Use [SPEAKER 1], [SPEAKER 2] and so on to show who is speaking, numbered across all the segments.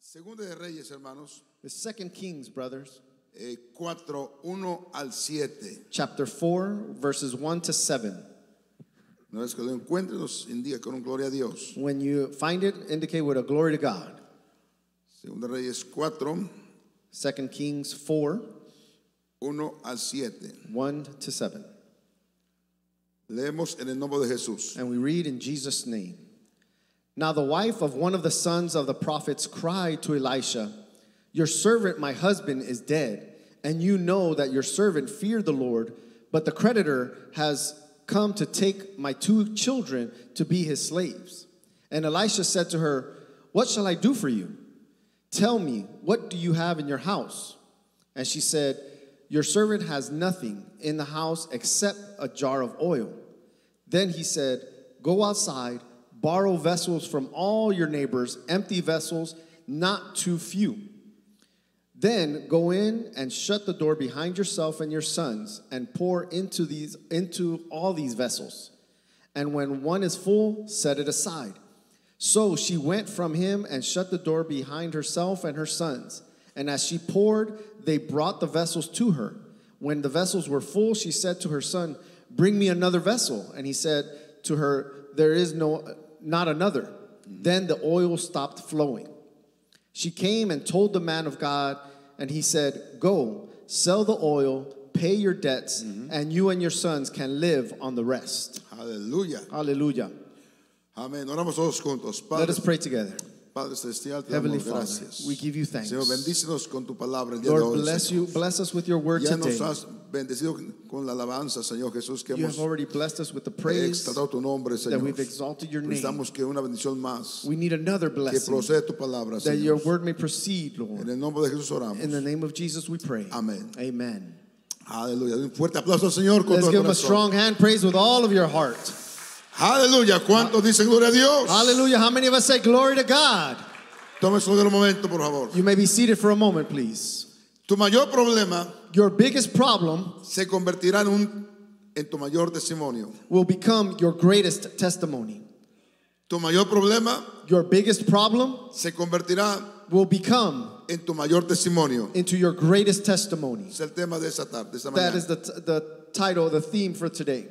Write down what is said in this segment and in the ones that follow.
[SPEAKER 1] Segunda de Reyes, hermanos,
[SPEAKER 2] The second Kings, brothers,
[SPEAKER 1] eh, 4, 1 al 7.
[SPEAKER 2] chapter 4, verses 1 to 7.
[SPEAKER 1] Una vez que lo encuentre, nos indica con un gloria a Dios.
[SPEAKER 2] When you find it, indicate with a glory to God.
[SPEAKER 1] Segunda de Reyes 4,
[SPEAKER 2] Second Kings 4,
[SPEAKER 1] 1 al 7.
[SPEAKER 2] 1 to 7.
[SPEAKER 1] Leemos en el nombre de Jesús.
[SPEAKER 2] And we read in Jesus' name. Now the wife of one of the sons of the prophets cried to Elisha, Your servant, my husband, is dead, and you know that your servant feared the Lord, but the creditor has come to take my two children to be his slaves. And Elisha said to her, What shall I do for you? Tell me, what do you have in your house? And she said, Your servant has nothing in the house except a jar of oil. Then he said, Go outside, borrow vessels from all your neighbors, empty vessels, not too few. Then go in and shut the door behind yourself and your sons, and pour into these into all these vessels. And when one is full, set it aside. So she went from him and shut the door behind herself and her sons. And as she poured, they brought the vessels to her. When the vessels were full, she said to her son, Bring me another vessel. And he said to her, There is no not another. Then the oil stopped flowing. She came and told the man of God, and he said, Go, sell the oil, pay your debts, and you and your sons can live on the rest.
[SPEAKER 1] Aleluya.
[SPEAKER 2] Hallelujah.
[SPEAKER 1] Amén. Oramos todos juntos.
[SPEAKER 2] Let
[SPEAKER 1] Padre,
[SPEAKER 2] us pray together.
[SPEAKER 1] Padre Celestial, te
[SPEAKER 2] Heavenly
[SPEAKER 1] damos
[SPEAKER 2] Father,
[SPEAKER 1] gracias.
[SPEAKER 2] we give you thanks.
[SPEAKER 1] Señor, bendícenos con tu palabra el día de
[SPEAKER 2] Lord,
[SPEAKER 1] hoy.
[SPEAKER 2] bless
[SPEAKER 1] Señor.
[SPEAKER 2] you. Bless us with your word
[SPEAKER 1] ya nos
[SPEAKER 2] today.
[SPEAKER 1] has bendecido con la alabanza, Señor Jesús, que
[SPEAKER 2] You
[SPEAKER 1] hemos
[SPEAKER 2] have already blessed us with the praise
[SPEAKER 1] exaltado tu nombre,
[SPEAKER 2] that
[SPEAKER 1] Señor.
[SPEAKER 2] we've exalted your name.
[SPEAKER 1] Necesitamos que una bendición más
[SPEAKER 2] We need another
[SPEAKER 1] que
[SPEAKER 2] blessing
[SPEAKER 1] procede tu palabra,
[SPEAKER 2] that your
[SPEAKER 1] Señor.
[SPEAKER 2] word may proceed,
[SPEAKER 1] En
[SPEAKER 2] Lord.
[SPEAKER 1] el nombre de Jesús oramos.
[SPEAKER 2] In the name of Jesus, we pray.
[SPEAKER 1] Amen.
[SPEAKER 2] Amen.
[SPEAKER 1] Aleluya. Un fuerte aplauso al Señor con todo
[SPEAKER 2] Let's
[SPEAKER 1] el
[SPEAKER 2] give him
[SPEAKER 1] corazón.
[SPEAKER 2] a strong hand praise with all of your heart.
[SPEAKER 1] Aleluya. ¿Cuántos dicen gloria a Dios?
[SPEAKER 2] Hallelujah. How many of us say glory to God?
[SPEAKER 1] Tome solo un momento, por favor.
[SPEAKER 2] You may be seated for a moment, please.
[SPEAKER 1] Tu mayor problema
[SPEAKER 2] Your biggest problem
[SPEAKER 1] se convertirá en, un, en tu mayor testimonio.
[SPEAKER 2] will become your greatest testimony.
[SPEAKER 1] Tu mayor problema
[SPEAKER 2] Your biggest problem
[SPEAKER 1] se convertirá
[SPEAKER 2] will become
[SPEAKER 1] en tu mayor testimonio.
[SPEAKER 2] into your greatest testimony.
[SPEAKER 1] Es el tema de esta tarde, de esta
[SPEAKER 2] That
[SPEAKER 1] mañana.
[SPEAKER 2] is the, the title, the theme for today.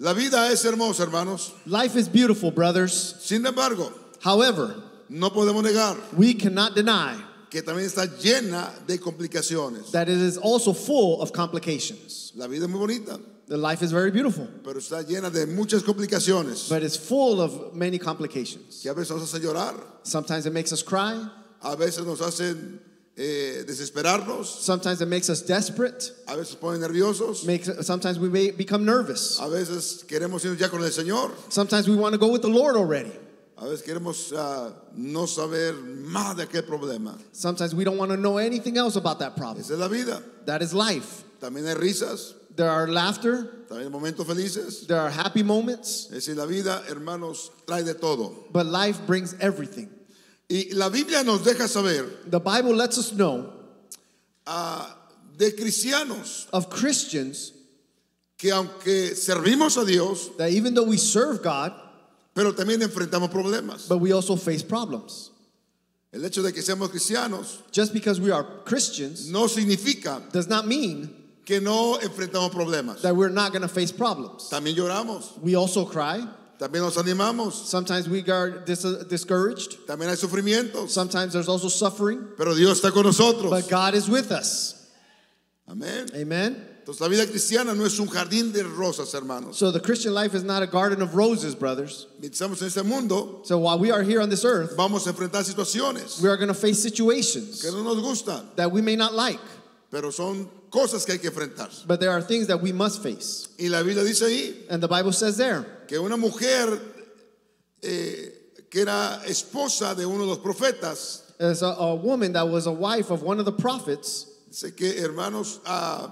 [SPEAKER 1] La vida es hermosa, hermanos.
[SPEAKER 2] Life is beautiful, brothers.
[SPEAKER 1] Sin embargo,
[SPEAKER 2] However,
[SPEAKER 1] no podemos negar
[SPEAKER 2] we cannot deny
[SPEAKER 1] que también está llena de complicaciones.
[SPEAKER 2] that it is also full of complications.
[SPEAKER 1] La vida es muy bonita,
[SPEAKER 2] The life is very beautiful,
[SPEAKER 1] pero está llena de muchas complicaciones
[SPEAKER 2] but it's full of many complications.
[SPEAKER 1] que a veces nos hacen llorar,
[SPEAKER 2] Sometimes it makes us cry,
[SPEAKER 1] a veces nos hacen eh, desesperarnos,
[SPEAKER 2] sometimes it makes us desperate.
[SPEAKER 1] a veces ponen nerviosos,
[SPEAKER 2] makes sometimes we may become nervous.
[SPEAKER 1] a veces queremos ir ya con el Señor,
[SPEAKER 2] Sometimes we want to go with the Lord already.
[SPEAKER 1] a veces queremos ah, no saber más de aquel problema.
[SPEAKER 2] Sometimes we don't want to know anything else about that problem.
[SPEAKER 1] Esa es la vida.
[SPEAKER 2] That is life.
[SPEAKER 1] También hay risas,
[SPEAKER 2] There are laughter,
[SPEAKER 1] también hay momentos felices.
[SPEAKER 2] there are happy moments,
[SPEAKER 1] Es decir, la vida, hermanos, trae de todo.
[SPEAKER 2] but life brings everything.
[SPEAKER 1] Y la Biblia nos deja saber
[SPEAKER 2] The Bible lets us know
[SPEAKER 1] ah, de cristianos
[SPEAKER 2] of Christians
[SPEAKER 1] que aunque servimos a Dios,
[SPEAKER 2] that even though we serve God,
[SPEAKER 1] pero también enfrentamos problemas.
[SPEAKER 2] but we also face problems.
[SPEAKER 1] El hecho de que seamos cristianos
[SPEAKER 2] Just because we are Christians
[SPEAKER 1] no significa
[SPEAKER 2] does not mean
[SPEAKER 1] que no enfrentamos problemas.
[SPEAKER 2] that we're not going to face problems.
[SPEAKER 1] También lloramos,
[SPEAKER 2] We also cry.
[SPEAKER 1] también nos animamos,
[SPEAKER 2] Sometimes we are dis- discouraged.
[SPEAKER 1] también hay sufrimientos,
[SPEAKER 2] Sometimes there's also suffering.
[SPEAKER 1] pero Dios está con nosotros.
[SPEAKER 2] But God is with us.
[SPEAKER 1] Amén.
[SPEAKER 2] Amen.
[SPEAKER 1] Entonces la vida cristiana no es un jardín de rosas, hermanos.
[SPEAKER 2] So the Christian life is not a garden of roses, brothers.
[SPEAKER 1] Mientras estamos en este mundo,
[SPEAKER 2] So while we are here on this earth,
[SPEAKER 1] vamos a enfrentar situaciones
[SPEAKER 2] we are going to face
[SPEAKER 1] que
[SPEAKER 2] situations
[SPEAKER 1] no nos gustan,
[SPEAKER 2] that we may not like,
[SPEAKER 1] pero son cosas que hay que enfrentar.
[SPEAKER 2] but there are things that we must face.
[SPEAKER 1] Y la Biblia dice ahí
[SPEAKER 2] And the Bible says there
[SPEAKER 1] que una mujer eh, que era esposa de uno de los profetas,
[SPEAKER 2] is a, a woman that was a wife of one of the prophets
[SPEAKER 1] Dice que hermanos ah,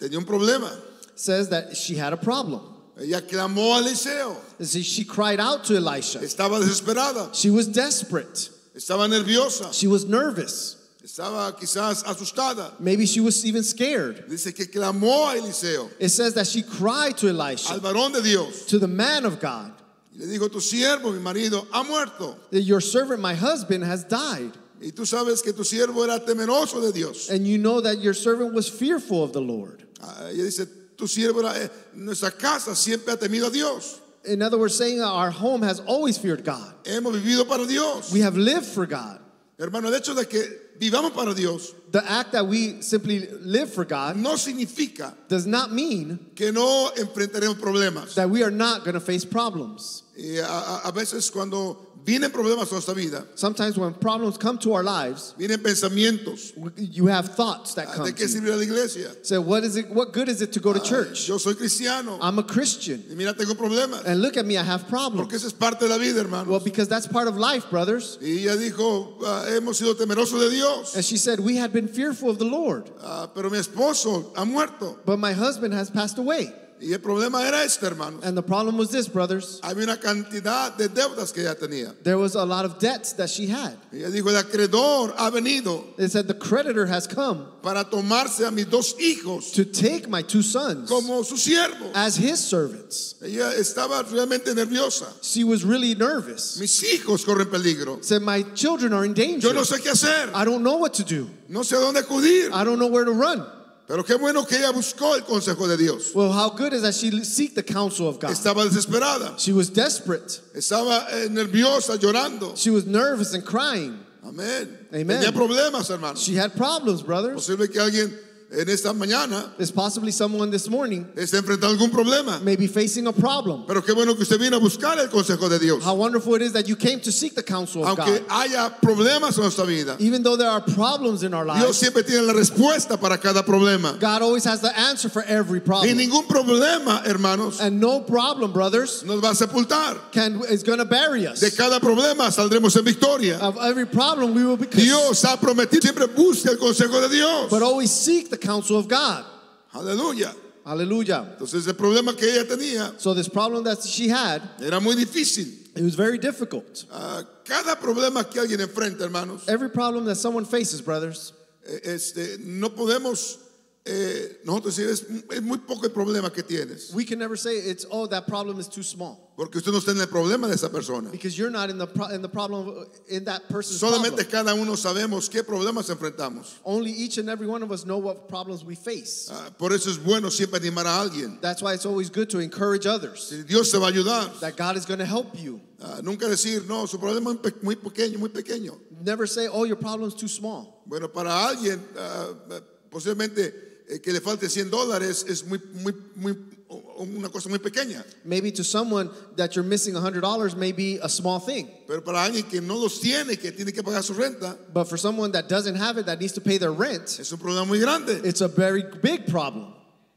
[SPEAKER 1] tenía un problema.
[SPEAKER 2] says that she had a problem.
[SPEAKER 1] Ella clamó a Eliseo.
[SPEAKER 2] You see, She cried out to Elisha.
[SPEAKER 1] Estaba desesperada,
[SPEAKER 2] She was desperate.
[SPEAKER 1] estaba nerviosa,
[SPEAKER 2] She was nervous.
[SPEAKER 1] estaba quizás asustada.
[SPEAKER 2] Maybe she was even scared.
[SPEAKER 1] Dice que clamó a Eliseo,
[SPEAKER 2] It says that she cried to
[SPEAKER 1] al
[SPEAKER 2] Elisha,
[SPEAKER 1] varón de Dios.
[SPEAKER 2] to the man of God.
[SPEAKER 1] Y le dijo, tu siervo, mi marido, ha muerto.
[SPEAKER 2] that your servant, my husband, has died.
[SPEAKER 1] Y Y tú sabes que tu siervo era temeroso de Dios.
[SPEAKER 2] And you know that your servant was fearful of the Lord.
[SPEAKER 1] Ah, Ella dice, tu siervo era, eh, nuestra casa siempre ha temido a Dios.
[SPEAKER 2] In other words, saying our home has always feared God.
[SPEAKER 1] Hemos vivido para Dios.
[SPEAKER 2] We have lived for God.
[SPEAKER 1] Hermano, el hecho de que vivamos para Dios
[SPEAKER 2] The act that we simply live for God
[SPEAKER 1] no significa
[SPEAKER 2] does not mean
[SPEAKER 1] que no enfrentaremos problemas.
[SPEAKER 2] that we are not going to face problems.
[SPEAKER 1] Y a, a- a veces cuando vienen problemas a nuestra vida,
[SPEAKER 2] Sometimes when problems come to our lives,
[SPEAKER 1] vienen pensamientos.
[SPEAKER 2] you have thoughts that
[SPEAKER 1] Ah,
[SPEAKER 2] come
[SPEAKER 1] ¿De qué
[SPEAKER 2] to you.
[SPEAKER 1] sirve ir a la iglesia? Ah,
[SPEAKER 2] Say, what is it? What good is it to go to church?
[SPEAKER 1] Yo soy cristiano
[SPEAKER 2] I'm a Christian,
[SPEAKER 1] y mira, tengo problemas.
[SPEAKER 2] and look at me, I have
[SPEAKER 1] Porque
[SPEAKER 2] problems.
[SPEAKER 1] esa es parte de la vida, hermano.
[SPEAKER 2] Well, because that's part of life, brothers.
[SPEAKER 1] Y ella dijo, ah, hemos sido temerosos de Dios,
[SPEAKER 2] And she said, we had been fearful of the Lord,
[SPEAKER 1] Ah, pero mi esposo ha muerto.
[SPEAKER 2] but my husband has passed away,
[SPEAKER 1] Y el problema era este, hermano.
[SPEAKER 2] and the problem was this, brothers.
[SPEAKER 1] Había una cantidad de deudas que ella tenía.
[SPEAKER 2] There was a lot of debts that she had.
[SPEAKER 1] Ella dijo, el acreedor ha venido
[SPEAKER 2] It said the creditor has come
[SPEAKER 1] para tomarse a mis dos hijos
[SPEAKER 2] to take my two sons
[SPEAKER 1] como su siervo.
[SPEAKER 2] as his servants.
[SPEAKER 1] Ella estaba realmente nerviosa.
[SPEAKER 2] She was really nervous.
[SPEAKER 1] Mis hijos corren peligro.
[SPEAKER 2] Said, my children are in danger.
[SPEAKER 1] Yo no sé qué hacer.
[SPEAKER 2] I don't know what to do.
[SPEAKER 1] No sé a dónde acudir.
[SPEAKER 2] I don't know where to run.
[SPEAKER 1] Pero qué bueno que ella buscó el consejo de Dios.
[SPEAKER 2] Well, how good is that she seek the counsel of God?
[SPEAKER 1] Estaba desesperada.
[SPEAKER 2] She was desperate.
[SPEAKER 1] Estaba eh, nerviosa, llorando.
[SPEAKER 2] She was nervous and crying.
[SPEAKER 1] Amén.
[SPEAKER 2] Amen.
[SPEAKER 1] Tenía problemas, hermano.
[SPEAKER 2] She had problems, brothers.
[SPEAKER 1] Posible que alguien en esta mañana
[SPEAKER 2] There's possibly someone this morning
[SPEAKER 1] esté enfrentando algún problema.
[SPEAKER 2] may be facing a problem.
[SPEAKER 1] Pero qué bueno que usted vino a buscar el consejo de Dios.
[SPEAKER 2] How wonderful it is that you came to seek the counsel of
[SPEAKER 1] Aunque
[SPEAKER 2] God.
[SPEAKER 1] haya problemas en nuestra vida,
[SPEAKER 2] Even though there are problems in our
[SPEAKER 1] Dios
[SPEAKER 2] lives,
[SPEAKER 1] siempre tiene la respuesta para cada problema.
[SPEAKER 2] God always has the answer for every
[SPEAKER 1] Y
[SPEAKER 2] problem.
[SPEAKER 1] ningún problema, hermanos,
[SPEAKER 2] And no problem, brothers,
[SPEAKER 1] nos va a sepultar.
[SPEAKER 2] can is going to bury us.
[SPEAKER 1] De cada problema saldremos en victoria.
[SPEAKER 2] Of every problem, we will be.
[SPEAKER 1] Dios ha prometido, siempre busca el consejo de Dios.
[SPEAKER 2] But always seek the counsel of God.
[SPEAKER 1] Aleluya.
[SPEAKER 2] Hallelujah.
[SPEAKER 1] Entonces el problema que ella tenía
[SPEAKER 2] So this problem that she had,
[SPEAKER 1] era muy difícil.
[SPEAKER 2] it was very difficult.
[SPEAKER 1] Ah, cada problema que alguien enfrenta, hermanos,
[SPEAKER 2] Every problem that someone faces, brothers,
[SPEAKER 1] eh, este, no podemos eh, nosotros decir, es, es muy poco el problema que tienes,
[SPEAKER 2] we can never say it's oh that problem is too small
[SPEAKER 1] porque usted no está en el problema de esa persona.
[SPEAKER 2] because you're not in the pro- in the problem in that person's
[SPEAKER 1] Solamente
[SPEAKER 2] problem.
[SPEAKER 1] cada uno sabemos qué problemas enfrentamos.
[SPEAKER 2] Only each and every one of us know what problems we face.
[SPEAKER 1] Ah, por eso es bueno siempre animar a alguien.
[SPEAKER 2] That's why it's always good to encourage others
[SPEAKER 1] Dios te va a ayudar.
[SPEAKER 2] that God is going to help you.
[SPEAKER 1] Ah, nunca decir, no, su problema es pe- muy pequeño, muy pequeño.
[SPEAKER 2] Never say oh your problem's too small.
[SPEAKER 1] Bueno, para alguien, ah, ah, posiblemente eh, que le falte 100 dólares es muy, muy, muy, o- una cosa muy pequeña.
[SPEAKER 2] Maybe to someone that you're missing $100 may be a small thing,
[SPEAKER 1] Pero para alguien que no los tiene, que tiene que pagar su renta,
[SPEAKER 2] but for someone that doesn't have it that needs to pay their rent,
[SPEAKER 1] es un problema muy grande.
[SPEAKER 2] it's a very big problem.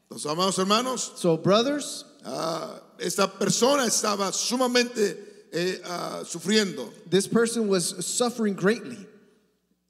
[SPEAKER 1] Entonces, amados hermanos,
[SPEAKER 2] So brothers,
[SPEAKER 1] ah, esta persona estaba sumamente eh, ah, sufriendo.
[SPEAKER 2] this person was suffering greatly.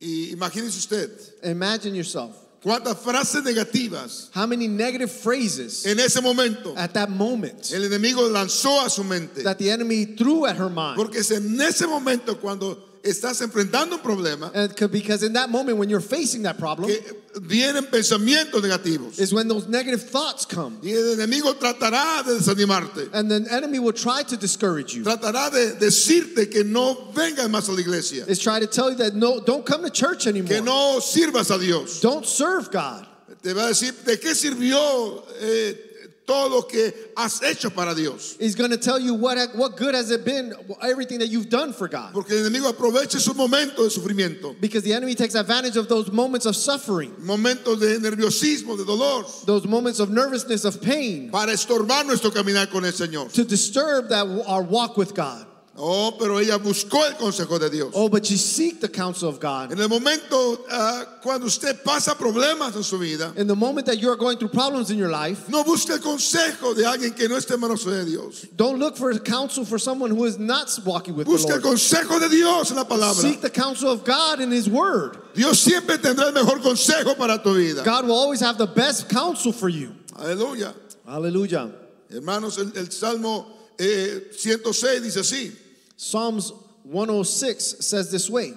[SPEAKER 1] Y imagínese usted,
[SPEAKER 2] Imagine yourself
[SPEAKER 1] cuántas frases negativas
[SPEAKER 2] How many negative phrases
[SPEAKER 1] en ese momento
[SPEAKER 2] at that moment
[SPEAKER 1] el enemigo lanzó a su mente.
[SPEAKER 2] that the enemy threw at her mind?
[SPEAKER 1] Porque es en ese momento cuando estás enfrentando un problema
[SPEAKER 2] And c- because in that moment when you're facing that problem
[SPEAKER 1] que vienen pensamientos negativos.
[SPEAKER 2] is when those negative thoughts come.
[SPEAKER 1] Y el enemigo tratará de desanimarte.
[SPEAKER 2] And the enemy will try to discourage you.
[SPEAKER 1] Tratará de decirte que no vengas más a la iglesia.
[SPEAKER 2] Is try to tell you that no, don't come to church
[SPEAKER 1] Que
[SPEAKER 2] anymore.
[SPEAKER 1] no sirvas a Dios.
[SPEAKER 2] Don't serve God.
[SPEAKER 1] Te va a decir, ¿de qué sirvió eh, todo lo que has hecho para Dios?
[SPEAKER 2] He's going to tell you what, what good has it been, everything that you've done for God.
[SPEAKER 1] Porque el enemigo aprovecha esos momentos de sufrimiento.
[SPEAKER 2] Because the enemy takes advantage of those moments of suffering,
[SPEAKER 1] Momentos de nerviosismo, de dolor.
[SPEAKER 2] those moments of nervousness, of pain,
[SPEAKER 1] Para estorbar nuestro caminar con el Señor.
[SPEAKER 2] to disturb that our walk with God.
[SPEAKER 1] Oh, pero ella buscó el consejo de Dios.
[SPEAKER 2] Oh, but you seek the counsel of God.
[SPEAKER 1] En el momento ah, cuando usted pasa problemas en su vida,
[SPEAKER 2] In the moment that you're going through problems in your life,
[SPEAKER 1] no busque el consejo de alguien que no esté en manos de Dios.
[SPEAKER 2] don't look for counsel for someone who is not walking with
[SPEAKER 1] Busque el
[SPEAKER 2] the Lord.
[SPEAKER 1] consejo de Dios en la palabra.
[SPEAKER 2] Seek the counsel of God in His Word.
[SPEAKER 1] Dios siempre tendrá el mejor consejo para tu vida.
[SPEAKER 2] God will always have the best counsel for you.
[SPEAKER 1] Aleluya.
[SPEAKER 2] Hallelujah.
[SPEAKER 1] Hermanos, el, el Salmo eh, 106 dice así.
[SPEAKER 2] Psalms 106 says this way,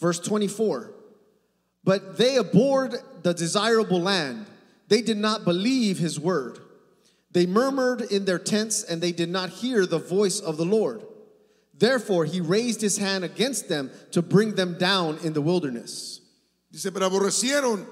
[SPEAKER 2] verse 24 But they abhorred the desirable land, they did not believe His word. They murmured in their tents, and they did not hear the voice of the Lord. Therefore, he raised his hand against them to bring them down in the wilderness.
[SPEAKER 1] Dice, pero aborrecieron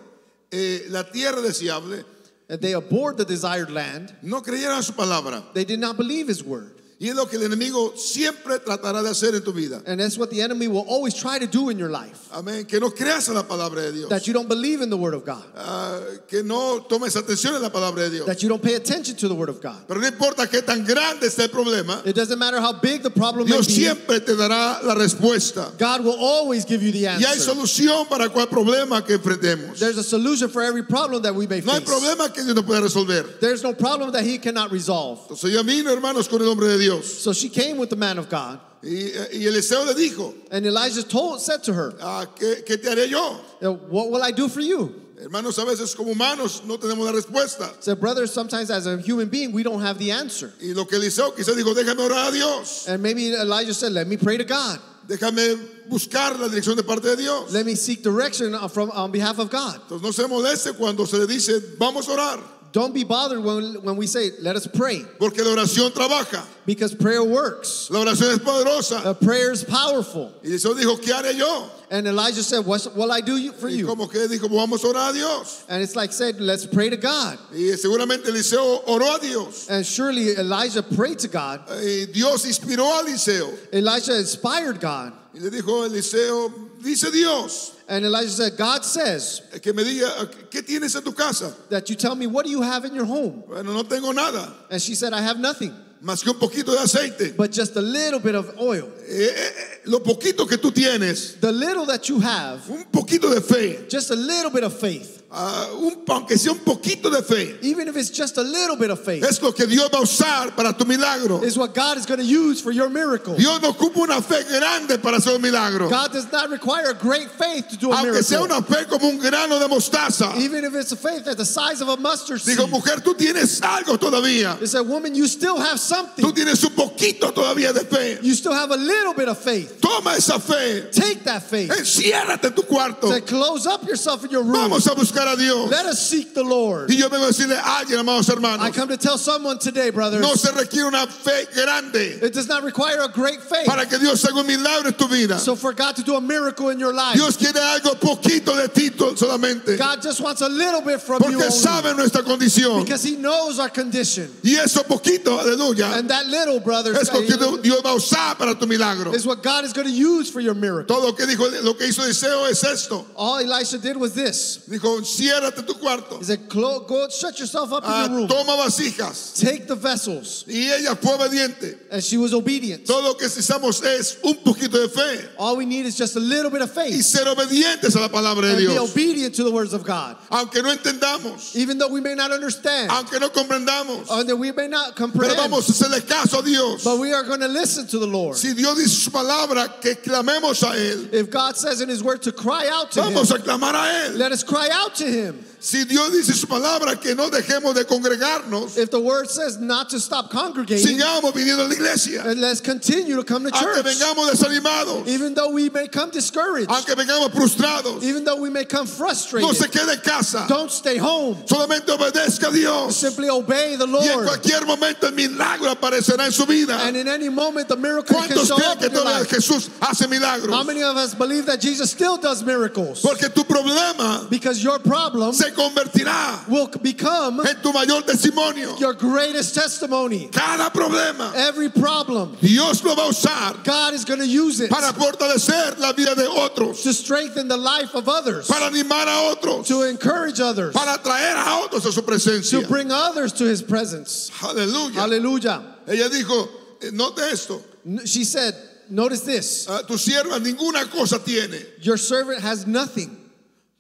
[SPEAKER 1] eh, la tierra deseable,
[SPEAKER 2] And they abhorred the desired land.
[SPEAKER 1] no creyeron su palabra.
[SPEAKER 2] They did not believe his word.
[SPEAKER 1] Y es lo que el enemigo siempre tratará de hacer en tu vida.
[SPEAKER 2] And that's what the enemy will always try to do in your life
[SPEAKER 1] Amén. Que no creas en la palabra de Dios.
[SPEAKER 2] that you don't believe in the word of God,
[SPEAKER 1] Ah, que no tomes atención en la palabra de Dios.
[SPEAKER 2] that you don't pay attention to the word of God.
[SPEAKER 1] Pero no importa qué tan grande sea el problema,
[SPEAKER 2] It doesn't matter how big the problem may
[SPEAKER 1] Dios
[SPEAKER 2] be,
[SPEAKER 1] siempre te dará la respuesta.
[SPEAKER 2] God will always give you the
[SPEAKER 1] Y hay
[SPEAKER 2] answer.
[SPEAKER 1] solución para cual problema que enfrentemos.
[SPEAKER 2] There's a solution for every problem that we may
[SPEAKER 1] No hay
[SPEAKER 2] face.
[SPEAKER 1] problema que Dios no pueda resolver.
[SPEAKER 2] There's no problem that he cannot resolve.
[SPEAKER 1] Entonces ella vino, hermanos, con el hombre de Dios.
[SPEAKER 2] So she came with the man of God,
[SPEAKER 1] Y, eh, y Eliseo le dijo,
[SPEAKER 2] and Elijah told, said to her,
[SPEAKER 1] "Ah, ¿qué, qué te haré yo?
[SPEAKER 2] What will I do for you?
[SPEAKER 1] Hermanos, a veces como humanos no tenemos la respuesta.
[SPEAKER 2] said, brother, sometimes as a human being, we don't have the answer.
[SPEAKER 1] Y lo que Eliseo quizás dijo, déjame orar a Dios.
[SPEAKER 2] And maybe Elijah said, let me pray to God.
[SPEAKER 1] Déjame buscar la dirección de parte de Dios.
[SPEAKER 2] Let me seek direction from, on behalf of God.
[SPEAKER 1] Entonces no se moleste cuando se le dice, vamos a orar.
[SPEAKER 2] Don't be bothered when, when we say, let us pray,
[SPEAKER 1] Porque la oración trabaja.
[SPEAKER 2] because prayer works.
[SPEAKER 1] La oración es
[SPEAKER 2] Uh,
[SPEAKER 1] poderosa.
[SPEAKER 2] prayer is powerful.
[SPEAKER 1] Y Eliseo dijo, ¿qué haré yo?
[SPEAKER 2] And Elijah said, what will I do you, for
[SPEAKER 1] Y
[SPEAKER 2] you?
[SPEAKER 1] como que dijo, "Pues vamos a orar a Dios.
[SPEAKER 2] And it's like said, let's pray to God.
[SPEAKER 1] Y seguramente Eliseo oró a Dios.
[SPEAKER 2] And surely Elijah prayed to God.
[SPEAKER 1] Eh, Dios inspiró a Eliseo.
[SPEAKER 2] Elijah inspired God.
[SPEAKER 1] Y le dijo a Eliseo, dice Dios
[SPEAKER 2] And Elijah said, God says
[SPEAKER 1] eh, que me diga, eh, ¿qué tienes en tu casa?
[SPEAKER 2] that you tell me, what do you have in your home?
[SPEAKER 1] Bueno, no tengo nada,
[SPEAKER 2] And she said, I have nothing
[SPEAKER 1] más que un poquito de aceite.
[SPEAKER 2] but just a little bit of oil.
[SPEAKER 1] Eh, eh, eh, lo poquito que tú tienes,
[SPEAKER 2] The little that you have,
[SPEAKER 1] un poquito de fe,
[SPEAKER 2] just a little bit of faith,
[SPEAKER 1] ah, un, aunque sea un poquito de fe,
[SPEAKER 2] even if it's just a little bit of faith,
[SPEAKER 1] es lo que Dios va a usar para tu milagro.
[SPEAKER 2] is what God is going to use for your miracle.
[SPEAKER 1] Dios no ocupa una fe grande para hacer un milagro.
[SPEAKER 2] God does not require great faith to do a
[SPEAKER 1] Aunque sea
[SPEAKER 2] miracle,
[SPEAKER 1] una fe como un grano de mostaza.
[SPEAKER 2] even if it's a faith that's the size of a mustard seed.
[SPEAKER 1] Digo, mujer, tú tienes algo todavía.
[SPEAKER 2] It's a woman, you still have
[SPEAKER 1] Tú
[SPEAKER 2] something.
[SPEAKER 1] tienes un poquito todavía de fe.
[SPEAKER 2] You still have a little bit of faith.
[SPEAKER 1] Toma esa fe.
[SPEAKER 2] Take that faith.
[SPEAKER 1] Enciérrate en tu cuarto.
[SPEAKER 2] To close up yourself in your room.
[SPEAKER 1] Vamos a buscar a Dios.
[SPEAKER 2] Let us seek the Lord.
[SPEAKER 1] Y yo vengo a decirle a alguien, amados
[SPEAKER 2] I
[SPEAKER 1] hermanos,
[SPEAKER 2] come to tell someone today, brothers,
[SPEAKER 1] no se requiere una fe grande
[SPEAKER 2] it does not require a great faith.
[SPEAKER 1] para que Dios haga un milagro en tu vida.
[SPEAKER 2] So for God to do a miracle in your life,
[SPEAKER 1] Dios quiere algo poquito de ti to- solamente,
[SPEAKER 2] God just wants a little bit from you
[SPEAKER 1] porque
[SPEAKER 2] only,
[SPEAKER 1] sabe nuestra condición.
[SPEAKER 2] because He knows our condition.
[SPEAKER 1] Y eso poquito, aleluya,
[SPEAKER 2] And that little, brother,
[SPEAKER 1] es lo que Dios-
[SPEAKER 2] is
[SPEAKER 1] Dios va a usar para tu milagro.
[SPEAKER 2] what God is going to use for your miracle.
[SPEAKER 1] Todo lo que dijo, lo que hizo Eliseo es esto.
[SPEAKER 2] All Elisha did was this.
[SPEAKER 1] Dijo, enciérrate en tu cuarto,
[SPEAKER 2] He said, "Clo- go shut yourself up
[SPEAKER 1] Ah,
[SPEAKER 2] in your room.
[SPEAKER 1] toma vasijas.
[SPEAKER 2] Take the vessels.
[SPEAKER 1] Y ella fue obediente.
[SPEAKER 2] And she was obedient.
[SPEAKER 1] Todo lo que necesitamos es un poquito de fe
[SPEAKER 2] All we need is just a little bit of
[SPEAKER 1] y
[SPEAKER 2] faith
[SPEAKER 1] ser obedientes a la palabra de
[SPEAKER 2] and be
[SPEAKER 1] Dios.
[SPEAKER 2] obedient to the words of God.
[SPEAKER 1] aunque no entendamos,
[SPEAKER 2] Even though we may not understand,
[SPEAKER 1] aunque no comprendamos,
[SPEAKER 2] or that we may not
[SPEAKER 1] pero
[SPEAKER 2] comprehend,
[SPEAKER 1] vamos a hacerle caso a Dios.
[SPEAKER 2] but we are going to listen to the Lord.
[SPEAKER 1] Si Dios dice su palabra, que clamemos a Él.
[SPEAKER 2] If God says in His Word to cry out to Him,
[SPEAKER 1] Vamos a clamar a Él.
[SPEAKER 2] let us cry out to Him.
[SPEAKER 1] Si Dios dice su palabra, que no dejemos de congregarnos,
[SPEAKER 2] If the Word says not to stop congregating,
[SPEAKER 1] sigamos viniendo a la iglesia.
[SPEAKER 2] then let's continue to come to
[SPEAKER 1] Aunque
[SPEAKER 2] church.
[SPEAKER 1] vengamos desanimados,
[SPEAKER 2] Even though we may come discouraged,
[SPEAKER 1] aunque vengamos frustrados,
[SPEAKER 2] even though we may come
[SPEAKER 1] no se
[SPEAKER 2] frustrated,
[SPEAKER 1] quede en casa.
[SPEAKER 2] don't stay home.
[SPEAKER 1] Solamente obedezca a Dios.
[SPEAKER 2] Simply obey the
[SPEAKER 1] Y en
[SPEAKER 2] Lord.
[SPEAKER 1] cualquier momento el milagro aparecerá en su vida.
[SPEAKER 2] And in any moment, the miracle can
[SPEAKER 1] ¿Cuántos
[SPEAKER 2] show
[SPEAKER 1] creen
[SPEAKER 2] up
[SPEAKER 1] que
[SPEAKER 2] in your
[SPEAKER 1] todavía
[SPEAKER 2] life.
[SPEAKER 1] Jesús hace
[SPEAKER 2] How
[SPEAKER 1] milagros?
[SPEAKER 2] many of us believe that Jesus still does miracles?
[SPEAKER 1] Porque tu problema
[SPEAKER 2] Because your problem
[SPEAKER 1] se convertirá
[SPEAKER 2] will become
[SPEAKER 1] en tu mayor testimonio.
[SPEAKER 2] your greatest testimony.
[SPEAKER 1] Cada problema
[SPEAKER 2] Every problem,
[SPEAKER 1] Dios lo va a usar
[SPEAKER 2] God is going to use it
[SPEAKER 1] para fortalecer la vida de otros,
[SPEAKER 2] to strengthen the life of others,
[SPEAKER 1] para animar a otros,
[SPEAKER 2] to encourage others,
[SPEAKER 1] para atraer a otros a su presencia.
[SPEAKER 2] to bring others to his presence.
[SPEAKER 1] Aleluya.
[SPEAKER 2] Hallelujah.
[SPEAKER 1] Ella dijo, eh, note esto,
[SPEAKER 2] N- She said, Notice this
[SPEAKER 1] ah, tu sierva ninguna cosa tiene.
[SPEAKER 2] your servant has nothing.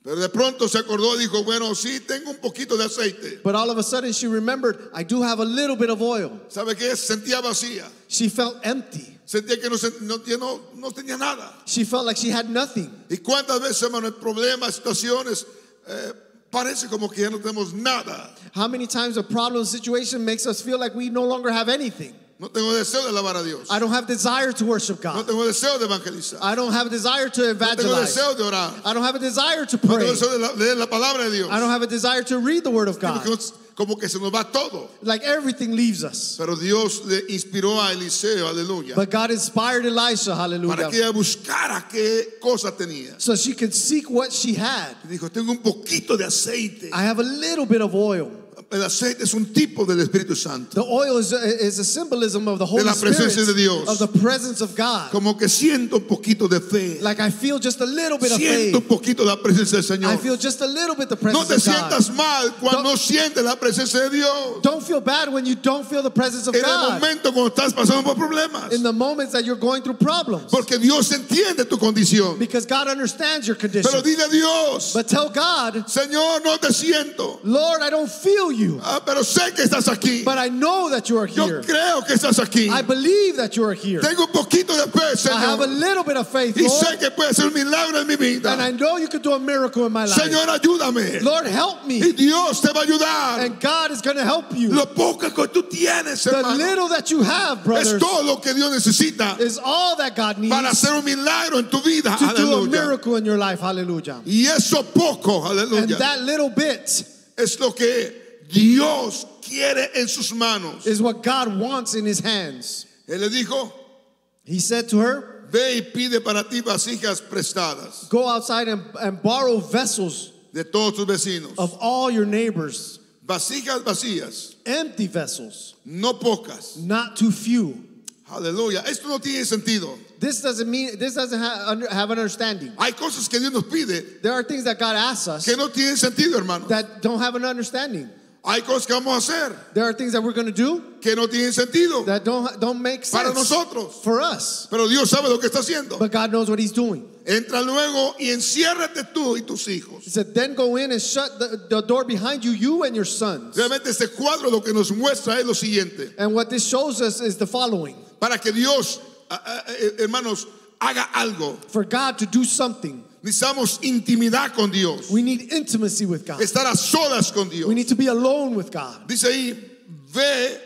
[SPEAKER 1] Pero de pronto se acordó y dijo, bueno, sí, tengo un poquito de aceite.
[SPEAKER 2] But all of a sudden, she remembered, I do have a little bit of oil.
[SPEAKER 1] ¿Sabe qué? Se sentía vacía.
[SPEAKER 2] She felt empty.
[SPEAKER 1] Sentía que no, se- no, ya no- no tenía nada.
[SPEAKER 2] She felt like she had nothing.
[SPEAKER 1] ¿Y cuántas veces, hermano, en problemas, situaciones, eh, parece como que ya no tenemos nada?
[SPEAKER 2] How many times a problem situation makes us feel like we no longer have anything?
[SPEAKER 1] No tengo deseo de alabar a Dios.
[SPEAKER 2] I don't have desire to worship
[SPEAKER 1] No
[SPEAKER 2] God.
[SPEAKER 1] tengo deseo de evangelizar.
[SPEAKER 2] I don't have a desire to
[SPEAKER 1] No tengo
[SPEAKER 2] evangelize.
[SPEAKER 1] deseo de orar.
[SPEAKER 2] I don't have a desire to
[SPEAKER 1] No tengo
[SPEAKER 2] pray.
[SPEAKER 1] deseo de la- leer la palabra de Dios.
[SPEAKER 2] I don't have a desire to read the Word of God.
[SPEAKER 1] Porque nos- como que se nos va todo.
[SPEAKER 2] Like everything leaves us.
[SPEAKER 1] Pero Dios le inspiró a Eliseo, aleluya,
[SPEAKER 2] But God inspired Elisha,
[SPEAKER 1] para que
[SPEAKER 2] hallelujah,
[SPEAKER 1] ella buscara qué cosa tenía.
[SPEAKER 2] so she could seek what she had.
[SPEAKER 1] Y dijo, tengo un poquito de aceite.
[SPEAKER 2] I have a little bit of oil.
[SPEAKER 1] El aceite es un tipo del Espíritu Santo.
[SPEAKER 2] The oil is a, is a symbolism of the Holy
[SPEAKER 1] la presencia
[SPEAKER 2] Spirit,
[SPEAKER 1] de Dios.
[SPEAKER 2] of the presence of God.
[SPEAKER 1] Como que siento un poquito de fe.
[SPEAKER 2] Like I feel just a little bit of
[SPEAKER 1] Siento
[SPEAKER 2] faith.
[SPEAKER 1] un poquito la presencia del
[SPEAKER 2] I
[SPEAKER 1] Señor.
[SPEAKER 2] feel just a little bit the
[SPEAKER 1] No
[SPEAKER 2] presence
[SPEAKER 1] te
[SPEAKER 2] of God.
[SPEAKER 1] sientas mal cuando no, sientes la presencia de Dios.
[SPEAKER 2] Don't feel bad when you don't feel the presence of
[SPEAKER 1] En el
[SPEAKER 2] God.
[SPEAKER 1] momento cuando estás pasando por problemas.
[SPEAKER 2] In the moments that you're going through problems,
[SPEAKER 1] Porque Dios entiende tu condición.
[SPEAKER 2] because God understands your
[SPEAKER 1] Pero
[SPEAKER 2] condition.
[SPEAKER 1] dile a Dios,
[SPEAKER 2] But tell God,
[SPEAKER 1] Señor, no te siento.
[SPEAKER 2] Lord, I don't feel you,
[SPEAKER 1] Ah, pero sé que estás aquí.
[SPEAKER 2] but I know that you are
[SPEAKER 1] Yo
[SPEAKER 2] here.
[SPEAKER 1] creo que estás aquí.
[SPEAKER 2] I believe that you are here.
[SPEAKER 1] Tengo un poquito de fe,
[SPEAKER 2] I have a
[SPEAKER 1] Señor.
[SPEAKER 2] little bit of faith,
[SPEAKER 1] Y
[SPEAKER 2] Lord,
[SPEAKER 1] sé que puede ser un milagro en mi
[SPEAKER 2] and I
[SPEAKER 1] vida.
[SPEAKER 2] know you can do a miracle in my life.
[SPEAKER 1] Señor, ayúdame.
[SPEAKER 2] Lord, help me,
[SPEAKER 1] Y Dios te va a ayudar.
[SPEAKER 2] and God is going to help you.
[SPEAKER 1] Lo poco que tú tienes,
[SPEAKER 2] The
[SPEAKER 1] hermano,
[SPEAKER 2] little that you have,
[SPEAKER 1] es
[SPEAKER 2] brothers,
[SPEAKER 1] todo lo que Dios necesita
[SPEAKER 2] is all that God
[SPEAKER 1] para
[SPEAKER 2] needs
[SPEAKER 1] hacer un milagro en tu vida.
[SPEAKER 2] to do a
[SPEAKER 1] Aleluya.
[SPEAKER 2] miracle in your life. Hallelujah.
[SPEAKER 1] Y eso poco,
[SPEAKER 2] And
[SPEAKER 1] aleluya,
[SPEAKER 2] that little bit
[SPEAKER 1] es lo que Dios quiere en sus manos.
[SPEAKER 2] is what God wants in his hands.
[SPEAKER 1] Él le dijo,
[SPEAKER 2] He said to her,
[SPEAKER 1] ve y pide para ti vasijas prestadas
[SPEAKER 2] Go outside and, and borrow vessels
[SPEAKER 1] de todos tus vecinos.
[SPEAKER 2] of all your neighbors,
[SPEAKER 1] Vasijas vacías,
[SPEAKER 2] empty vessels,
[SPEAKER 1] no pocas.
[SPEAKER 2] not too few.
[SPEAKER 1] Aleluya. Esto no tiene sentido.
[SPEAKER 2] This doesn't mean, this doesn't ha- under- have an understanding.
[SPEAKER 1] Hay cosas que Dios nos pide
[SPEAKER 2] There are things that God asks us
[SPEAKER 1] que no tienen sentido, hermano.
[SPEAKER 2] that don't have an understanding.
[SPEAKER 1] Hay cosas que vamos a hacer
[SPEAKER 2] There are things that we're going to do
[SPEAKER 1] que no tienen sentido.
[SPEAKER 2] that don't, don't make sense
[SPEAKER 1] Para nosotros.
[SPEAKER 2] for us.
[SPEAKER 1] Pero Dios sabe lo que está haciendo.
[SPEAKER 2] But God knows what he's doing.
[SPEAKER 1] Entra luego y enciérrate tú y tus hijos.
[SPEAKER 2] He said, then go in and shut the, the door behind you, you and your sons.
[SPEAKER 1] Realmente este cuadro lo que nos muestra es lo siguiente.
[SPEAKER 2] And what this shows us is the following
[SPEAKER 1] Para que Dios, ah, ah, eh, hermanos, haga algo.
[SPEAKER 2] for God to do something,
[SPEAKER 1] Necesitamos intimidad con Dios.
[SPEAKER 2] we need intimacy with God.
[SPEAKER 1] Estar a solas con Dios.
[SPEAKER 2] We need to be alone with God.
[SPEAKER 1] Dice ahí, ve,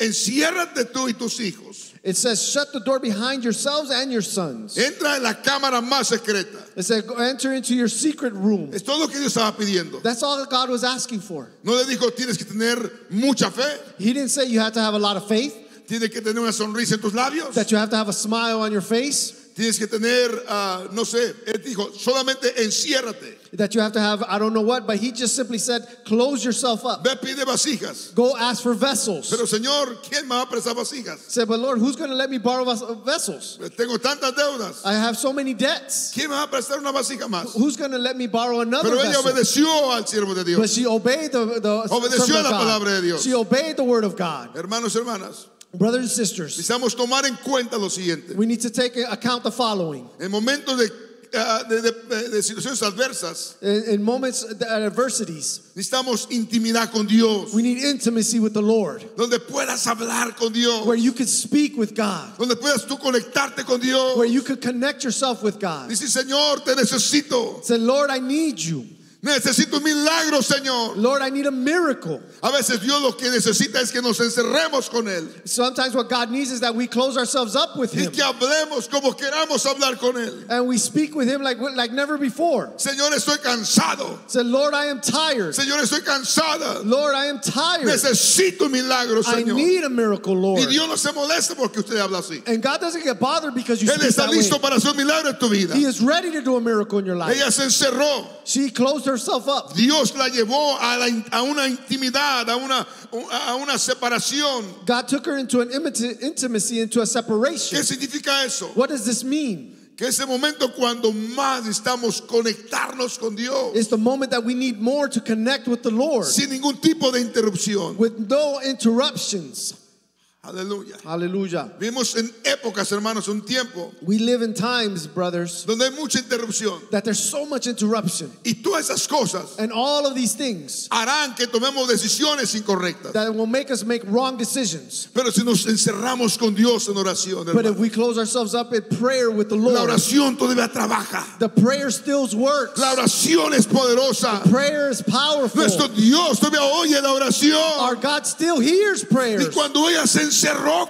[SPEAKER 1] enciérrate tú y tus hijos.
[SPEAKER 2] It says, shut the door behind yourselves and your sons.
[SPEAKER 1] Entra en la cámara más secreta.
[SPEAKER 2] It said, "Go- enter into your secret room.
[SPEAKER 1] Es todo lo que Dios estaba pidiendo.
[SPEAKER 2] That's all that God was asking for.
[SPEAKER 1] No le dijo tienes que tener mucha fe,
[SPEAKER 2] He didn't say you have to have a lot of faith,
[SPEAKER 1] tienes que tener una sonrisa en tus labios,
[SPEAKER 2] that you have to have a smile on your face,
[SPEAKER 1] tienes que tener, ah, no sé, él dijo, solamente enciérrate,
[SPEAKER 2] that you have to have I don't know what, but he just simply said, close yourself up.
[SPEAKER 1] ve pide vasijas.
[SPEAKER 2] Go ask for vessels.
[SPEAKER 1] Pero Señor, ¿quién me va a prestar vasijas?
[SPEAKER 2] Said, but Lord, who's going to let me borrow ves- vessels?
[SPEAKER 1] Tengo tantas deudas.
[SPEAKER 2] I have so many debts.
[SPEAKER 1] ¿Quién me va a prestar una vasija más?
[SPEAKER 2] Who's going to let me borrow another
[SPEAKER 1] Pero ella
[SPEAKER 2] vessel?
[SPEAKER 1] obedeció al siervo de
[SPEAKER 2] But
[SPEAKER 1] Dios.
[SPEAKER 2] she obeyed the, the
[SPEAKER 1] Obedeció la
[SPEAKER 2] servant of God.
[SPEAKER 1] palabra de Dios.
[SPEAKER 2] She obeyed the word of God.
[SPEAKER 1] Hermanos y hermanas,
[SPEAKER 2] Brothers and sisters,
[SPEAKER 1] necesitamos tomar en cuenta lo siguiente.
[SPEAKER 2] we need to take account the following.
[SPEAKER 1] En momentos de, ah, de- de- de situaciones adversas,
[SPEAKER 2] In, in moments of adversities,
[SPEAKER 1] necesitamos intimidad con Dios,
[SPEAKER 2] we need intimacy with the Lord,
[SPEAKER 1] donde puedas hablar con Dios.
[SPEAKER 2] where you can speak with God,
[SPEAKER 1] donde puedas tú conectarte con Dios.
[SPEAKER 2] where you can connect yourself with God.
[SPEAKER 1] Dice, Señor, te necesito.
[SPEAKER 2] Say, Lord, I need you.
[SPEAKER 1] Necesito un milagro, Señor.
[SPEAKER 2] Lord, I need a miracle.
[SPEAKER 1] A veces Dios lo que necesita es que nos encerremos con Él
[SPEAKER 2] Sometimes what God needs is that we close ourselves up with
[SPEAKER 1] y
[SPEAKER 2] Him
[SPEAKER 1] que hablemos como queramos hablar con Él.
[SPEAKER 2] and we speak with Him like, like never before.
[SPEAKER 1] Señor, estoy cansado.
[SPEAKER 2] Say, Lord, I am tired.
[SPEAKER 1] Señor, estoy cansada.
[SPEAKER 2] Lord, I am tired.
[SPEAKER 1] Necesito un milagro,
[SPEAKER 2] I
[SPEAKER 1] Señor.
[SPEAKER 2] need a miracle, Lord.
[SPEAKER 1] Y Dios no se molesta porque usted habla así.
[SPEAKER 2] And God doesn't get bothered because you
[SPEAKER 1] Él
[SPEAKER 2] speak
[SPEAKER 1] está
[SPEAKER 2] that
[SPEAKER 1] listo
[SPEAKER 2] way.
[SPEAKER 1] para hacer un milagro en tu vida.
[SPEAKER 2] He is ready to do a miracle in your life.
[SPEAKER 1] Ella se encerró.
[SPEAKER 2] She closed herself up.
[SPEAKER 1] Dios la llevó a, la in- a una intimidad, a una, a una separación.
[SPEAKER 2] God took her into an imit- intimacy, into a separation.
[SPEAKER 1] ¿Qué significa eso?
[SPEAKER 2] What does this mean?
[SPEAKER 1] Que ese momento cuando más necesitamos conectarnos con Dios
[SPEAKER 2] It's the moment that we need more to connect with the Lord
[SPEAKER 1] sin ningún tipo de interrupción.
[SPEAKER 2] with no interruptions.
[SPEAKER 1] Aleluya.
[SPEAKER 2] Hallelujah.
[SPEAKER 1] Vivimos en épocas, hermanos, un tiempo
[SPEAKER 2] We live in times, brothers,
[SPEAKER 1] donde hay mucha interrupción.
[SPEAKER 2] that there's so much interruption.
[SPEAKER 1] Y todas esas cosas
[SPEAKER 2] And all of these things
[SPEAKER 1] harán que tomemos decisiones incorrectas.
[SPEAKER 2] that will make us make wrong decisions.
[SPEAKER 1] Pero si nos encerramos con Dios en oración,
[SPEAKER 2] But if
[SPEAKER 1] hermano,
[SPEAKER 2] we close ourselves up in prayer with the
[SPEAKER 1] la
[SPEAKER 2] Lord,
[SPEAKER 1] oración todavía trabaja.
[SPEAKER 2] the prayer still works.
[SPEAKER 1] La oración es poderosa.
[SPEAKER 2] Prayer is powerful.
[SPEAKER 1] Nuestro Dios todavía oye la
[SPEAKER 2] Our
[SPEAKER 1] oración.
[SPEAKER 2] God still hears
[SPEAKER 1] Y
[SPEAKER 2] prayers.
[SPEAKER 1] cuando ella se encerró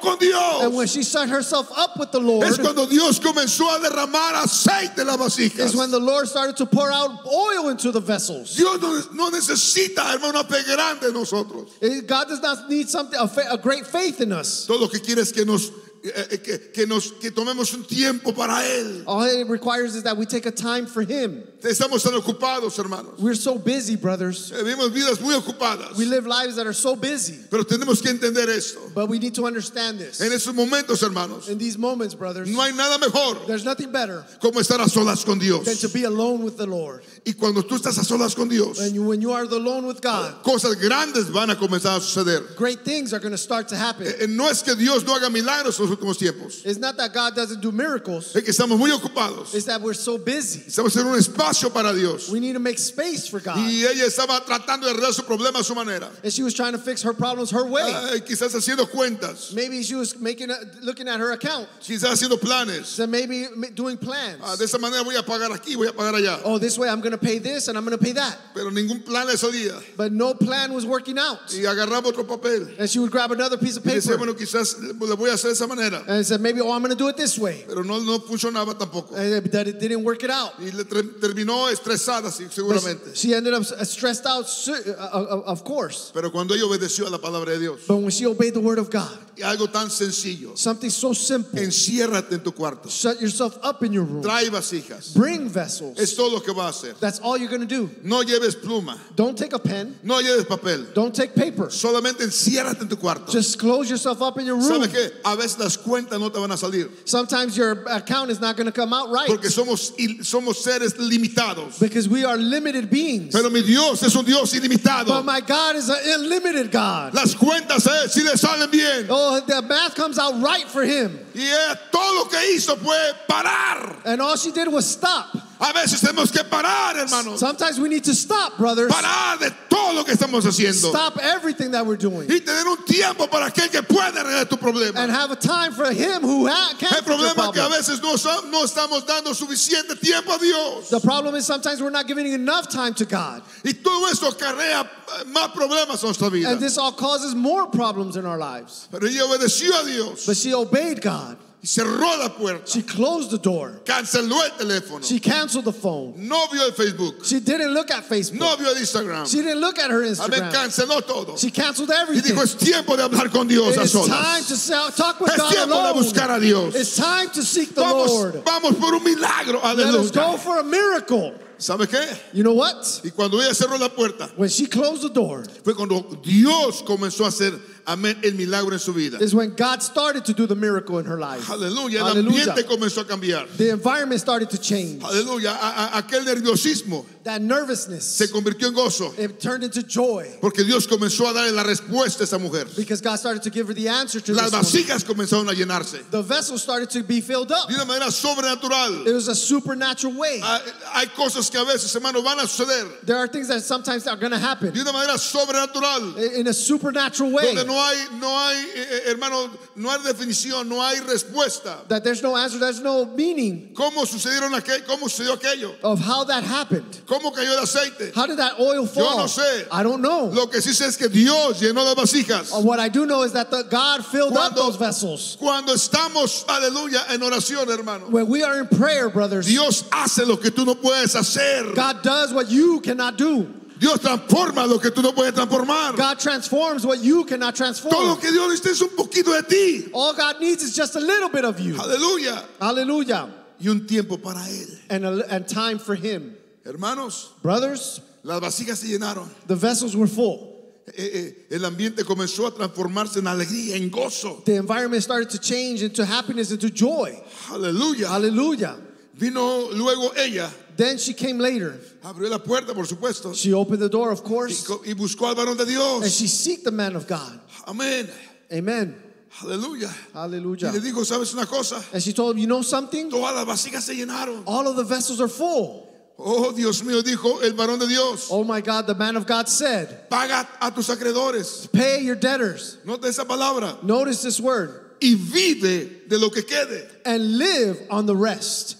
[SPEAKER 1] con
[SPEAKER 2] And when
[SPEAKER 1] Dios,
[SPEAKER 2] she set herself up with the
[SPEAKER 1] es
[SPEAKER 2] Lord,
[SPEAKER 1] cuando Dios comenzó a derramar aceite en las vasijas.
[SPEAKER 2] is when the Lord started to pour out oil into the vessels.
[SPEAKER 1] Dios no, no necesita, hermano, una fe grande en nosotros.
[SPEAKER 2] Eh, God does not need something a, fa- a great faith in us.
[SPEAKER 1] Todo lo que quiere es que nos, eh, eh, que, que nos que tomemos un tiempo para Él.
[SPEAKER 2] All it requires is that we take a time for Him.
[SPEAKER 1] Estamos tan ocupados, hermanos.
[SPEAKER 2] We're so busy, brothers.
[SPEAKER 1] Eh, Vivimos vidas muy ocupadas.
[SPEAKER 2] We live lives that are so busy,
[SPEAKER 1] Pero tenemos que entender esto.
[SPEAKER 2] but we need to understand this.
[SPEAKER 1] En esos momentos, hermanos,
[SPEAKER 2] In these moments, brothers,
[SPEAKER 1] no hay nada mejor
[SPEAKER 2] there's nothing better
[SPEAKER 1] como estar a solas con Dios.
[SPEAKER 2] than to be alone with the Lord.
[SPEAKER 1] Y cuando tú estás a solas con Dios,
[SPEAKER 2] And you, when you are alone with God,
[SPEAKER 1] cosas grandes van a comenzar a suceder.
[SPEAKER 2] great things are going to start to happen.
[SPEAKER 1] Eh, eh, No es que Dios no haga milagros en los últimos tiempos.
[SPEAKER 2] It's not that God doesn't do miracles,
[SPEAKER 1] Es que estamos muy ocupados.
[SPEAKER 2] it's that we're so busy.
[SPEAKER 1] Estamos en un espacio para Dios.
[SPEAKER 2] We need to make space for God.
[SPEAKER 1] Y ella estaba tratando de arreglar su problema a su manera.
[SPEAKER 2] And she was trying to fix her problems her way.
[SPEAKER 1] Ay, quizás haciendo cuentas,
[SPEAKER 2] Maybe she was making a, looking at her account.
[SPEAKER 1] quizás haciendo planes.
[SPEAKER 2] So maybe ma- doing plans.
[SPEAKER 1] Ah, de esa manera voy a pagar aquí, voy a pagar allá.
[SPEAKER 2] oh, this way I'm going to pay this and I'm going to pay that.
[SPEAKER 1] Pero ningún plan le salía.
[SPEAKER 2] But no plan was working out.
[SPEAKER 1] Y agarraba otro papel.
[SPEAKER 2] And she would grab another piece of
[SPEAKER 1] Y decía,
[SPEAKER 2] paper
[SPEAKER 1] bueno, quizás le voy a hacer de esa manera.
[SPEAKER 2] and said, maybe, oh, I'm going to do it this way.
[SPEAKER 1] Pero no, no funcionaba tampoco.
[SPEAKER 2] And that it didn't work it out.
[SPEAKER 1] Y le tre- terminó estresada, sí,
[SPEAKER 2] But
[SPEAKER 1] seguramente.
[SPEAKER 2] She ended up s- stressed out, su- uh, uh, of course.
[SPEAKER 1] Pero cuando ella obedeció a la palabra de Dios,
[SPEAKER 2] But when she obeyed the word of God,
[SPEAKER 1] y algo tan sencillo,
[SPEAKER 2] something so simple,
[SPEAKER 1] enciérrate en tu cuarto,
[SPEAKER 2] shut yourself up in your room,
[SPEAKER 1] trae vasijas.
[SPEAKER 2] bring vessels.
[SPEAKER 1] Es todo lo que va a hacer.
[SPEAKER 2] That's all you're going to do.
[SPEAKER 1] No lleves pluma,
[SPEAKER 2] Don't take a pen,
[SPEAKER 1] no lleves papel.
[SPEAKER 2] don't take paper.
[SPEAKER 1] Solamente enciérrate en tu cuarto.
[SPEAKER 2] Just close yourself up in your room.
[SPEAKER 1] ¿Sabes qué? A veces las cuentas no te van a salir
[SPEAKER 2] Sometimes your account is not going to come out right
[SPEAKER 1] porque somos, il- somos seres limitados.
[SPEAKER 2] because we are limited beings.
[SPEAKER 1] Pero mi Dios es un Dios
[SPEAKER 2] But
[SPEAKER 1] ilimitado.
[SPEAKER 2] my God is an unlimited God.
[SPEAKER 1] Las cuentas eh, sí le salen bien.
[SPEAKER 2] Oh, the math comes out right for him.
[SPEAKER 1] Y ella todo lo que hizo fue parar.
[SPEAKER 2] And all she did was stop.
[SPEAKER 1] A veces tenemos que parar, hermanos.
[SPEAKER 2] Sometimes we need to stop, brothers.
[SPEAKER 1] Parar de todo lo que estamos haciendo.
[SPEAKER 2] Stop everything that we're doing.
[SPEAKER 1] Y tener un tiempo para aquel que puede arreglar tu problema.
[SPEAKER 2] And have a time for him who ha- can
[SPEAKER 1] El
[SPEAKER 2] fix your
[SPEAKER 1] problema es que a
[SPEAKER 2] problem.
[SPEAKER 1] veces no, sa- no estamos dando suficiente tiempo a Dios.
[SPEAKER 2] The problem is sometimes we're not giving enough time to God.
[SPEAKER 1] Y todo esto acarrea eh, más problemas en nuestra vida.
[SPEAKER 2] And this all causes more problems in our lives.
[SPEAKER 1] Pero ella obedeció a Dios.
[SPEAKER 2] But she obeyed God.
[SPEAKER 1] Y cerró la puerta.
[SPEAKER 2] She closed the door.
[SPEAKER 1] Canceló el teléfono.
[SPEAKER 2] She canceled the phone.
[SPEAKER 1] No vio el Facebook.
[SPEAKER 2] She didn't look at Facebook.
[SPEAKER 1] No vio el Instagram.
[SPEAKER 2] She didn't look at her
[SPEAKER 1] Amén.
[SPEAKER 2] Instagram.
[SPEAKER 1] Canceló todo.
[SPEAKER 2] She canceled
[SPEAKER 1] Y
[SPEAKER 2] everything.
[SPEAKER 1] dijo, es tiempo de hablar con Dios a
[SPEAKER 2] It's time
[SPEAKER 1] solas.
[SPEAKER 2] to sell, talk with
[SPEAKER 1] Es
[SPEAKER 2] God
[SPEAKER 1] tiempo de
[SPEAKER 2] alone.
[SPEAKER 1] buscar a Dios.
[SPEAKER 2] It's time to seek the
[SPEAKER 1] Vamos,
[SPEAKER 2] Lord.
[SPEAKER 1] vamos por un milagro.
[SPEAKER 2] Let us go
[SPEAKER 1] Aleluya.
[SPEAKER 2] for a miracle.
[SPEAKER 1] ¿Sabe qué?
[SPEAKER 2] You know what?
[SPEAKER 1] Y cuando ella cerró la puerta,
[SPEAKER 2] When she closed the door,
[SPEAKER 1] fue cuando Dios comenzó a hacer, amén, el milagro en su vida.
[SPEAKER 2] is when God started to do the miracle in her life.
[SPEAKER 1] Aleluya. El
[SPEAKER 2] Aleluya.
[SPEAKER 1] ambiente comenzó a cambiar.
[SPEAKER 2] The environment started to change.
[SPEAKER 1] Aleluya. A- a- aquel nerviosismo
[SPEAKER 2] That nervousness,
[SPEAKER 1] se convirtió en gozo.
[SPEAKER 2] it turned into joy
[SPEAKER 1] Porque Dios comenzó a darle la respuesta a esa mujer.
[SPEAKER 2] because God started to give her the answer to
[SPEAKER 1] Las
[SPEAKER 2] this one.
[SPEAKER 1] vasijas comenzaron a llenarse.
[SPEAKER 2] The vessel started to be filled up.
[SPEAKER 1] de una manera sobrenatural.
[SPEAKER 2] It was a supernatural way.
[SPEAKER 1] Ah, Hay cosas que a veces, hermano, van a suceder
[SPEAKER 2] There are things that sometimes are going to happen
[SPEAKER 1] de una manera sobrenatural,
[SPEAKER 2] in a supernatural way
[SPEAKER 1] donde no hay, no hay, eh, eh, hermano, no hay definición, no hay respuesta.
[SPEAKER 2] that there's no answer, there's no meaning
[SPEAKER 1] ¿Cómo sucedieron aquel, cómo sucedió aquello?
[SPEAKER 2] of how that happened.
[SPEAKER 1] ¿Cómo cayó el aceite?
[SPEAKER 2] How did that oil fall?
[SPEAKER 1] no sé.
[SPEAKER 2] I don't know.
[SPEAKER 1] Lo que sí sé es que Dios llenó las vasijas.
[SPEAKER 2] Uh, What I do know is that the God filled up
[SPEAKER 1] Cuando-
[SPEAKER 2] those vessels.
[SPEAKER 1] Cuando estamos, aleluya, en oración, hermano,
[SPEAKER 2] When we are in prayer, brothers,
[SPEAKER 1] Dios hace lo que tú no puedes hacer.
[SPEAKER 2] God does what you cannot do.
[SPEAKER 1] Dios transforma lo que tú no puedes transformar.
[SPEAKER 2] God transforms what you cannot
[SPEAKER 1] Todo lo
[SPEAKER 2] transform.
[SPEAKER 1] que Dios necesita es un poquito de ti.
[SPEAKER 2] All God needs is just a little bit of you.
[SPEAKER 1] Aleluya.
[SPEAKER 2] Hallelujah.
[SPEAKER 1] Y un tiempo para Él.
[SPEAKER 2] And, a, and time for Him.
[SPEAKER 1] Hermanos,
[SPEAKER 2] Brothers,
[SPEAKER 1] las vasijas se llenaron.
[SPEAKER 2] the vessels were full.
[SPEAKER 1] Eh, eh, el ambiente comenzó a transformarse en alegría, en gozo.
[SPEAKER 2] The environment started to change into happiness, into joy.
[SPEAKER 1] Aleluya.
[SPEAKER 2] Hallelujah.
[SPEAKER 1] Vino luego ella,
[SPEAKER 2] Then she came later.
[SPEAKER 1] abrió la puerta, por supuesto,
[SPEAKER 2] She opened the door, of
[SPEAKER 1] y,
[SPEAKER 2] course,
[SPEAKER 1] co- y buscó al varón de
[SPEAKER 2] and
[SPEAKER 1] Dios.
[SPEAKER 2] she seeked the man of God.
[SPEAKER 1] Amén.
[SPEAKER 2] Amen.
[SPEAKER 1] Aleluya. Y le
[SPEAKER 2] Hallelujah.
[SPEAKER 1] dijo, ¿sabes una cosa?
[SPEAKER 2] And she told him, You know something?
[SPEAKER 1] Todas las vasijas se llenaron.
[SPEAKER 2] All of the vessels are full.
[SPEAKER 1] Oh, Dios mío, dijo el varón de Dios.
[SPEAKER 2] Oh my God, the man of God said,
[SPEAKER 1] Paga a tus acreedores.
[SPEAKER 2] Pay your debtors.
[SPEAKER 1] Nota esa palabra.
[SPEAKER 2] Notice this word
[SPEAKER 1] Y vive de lo que quede.
[SPEAKER 2] and live on the rest.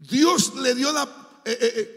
[SPEAKER 1] Dios le dio la eh, eh, eh,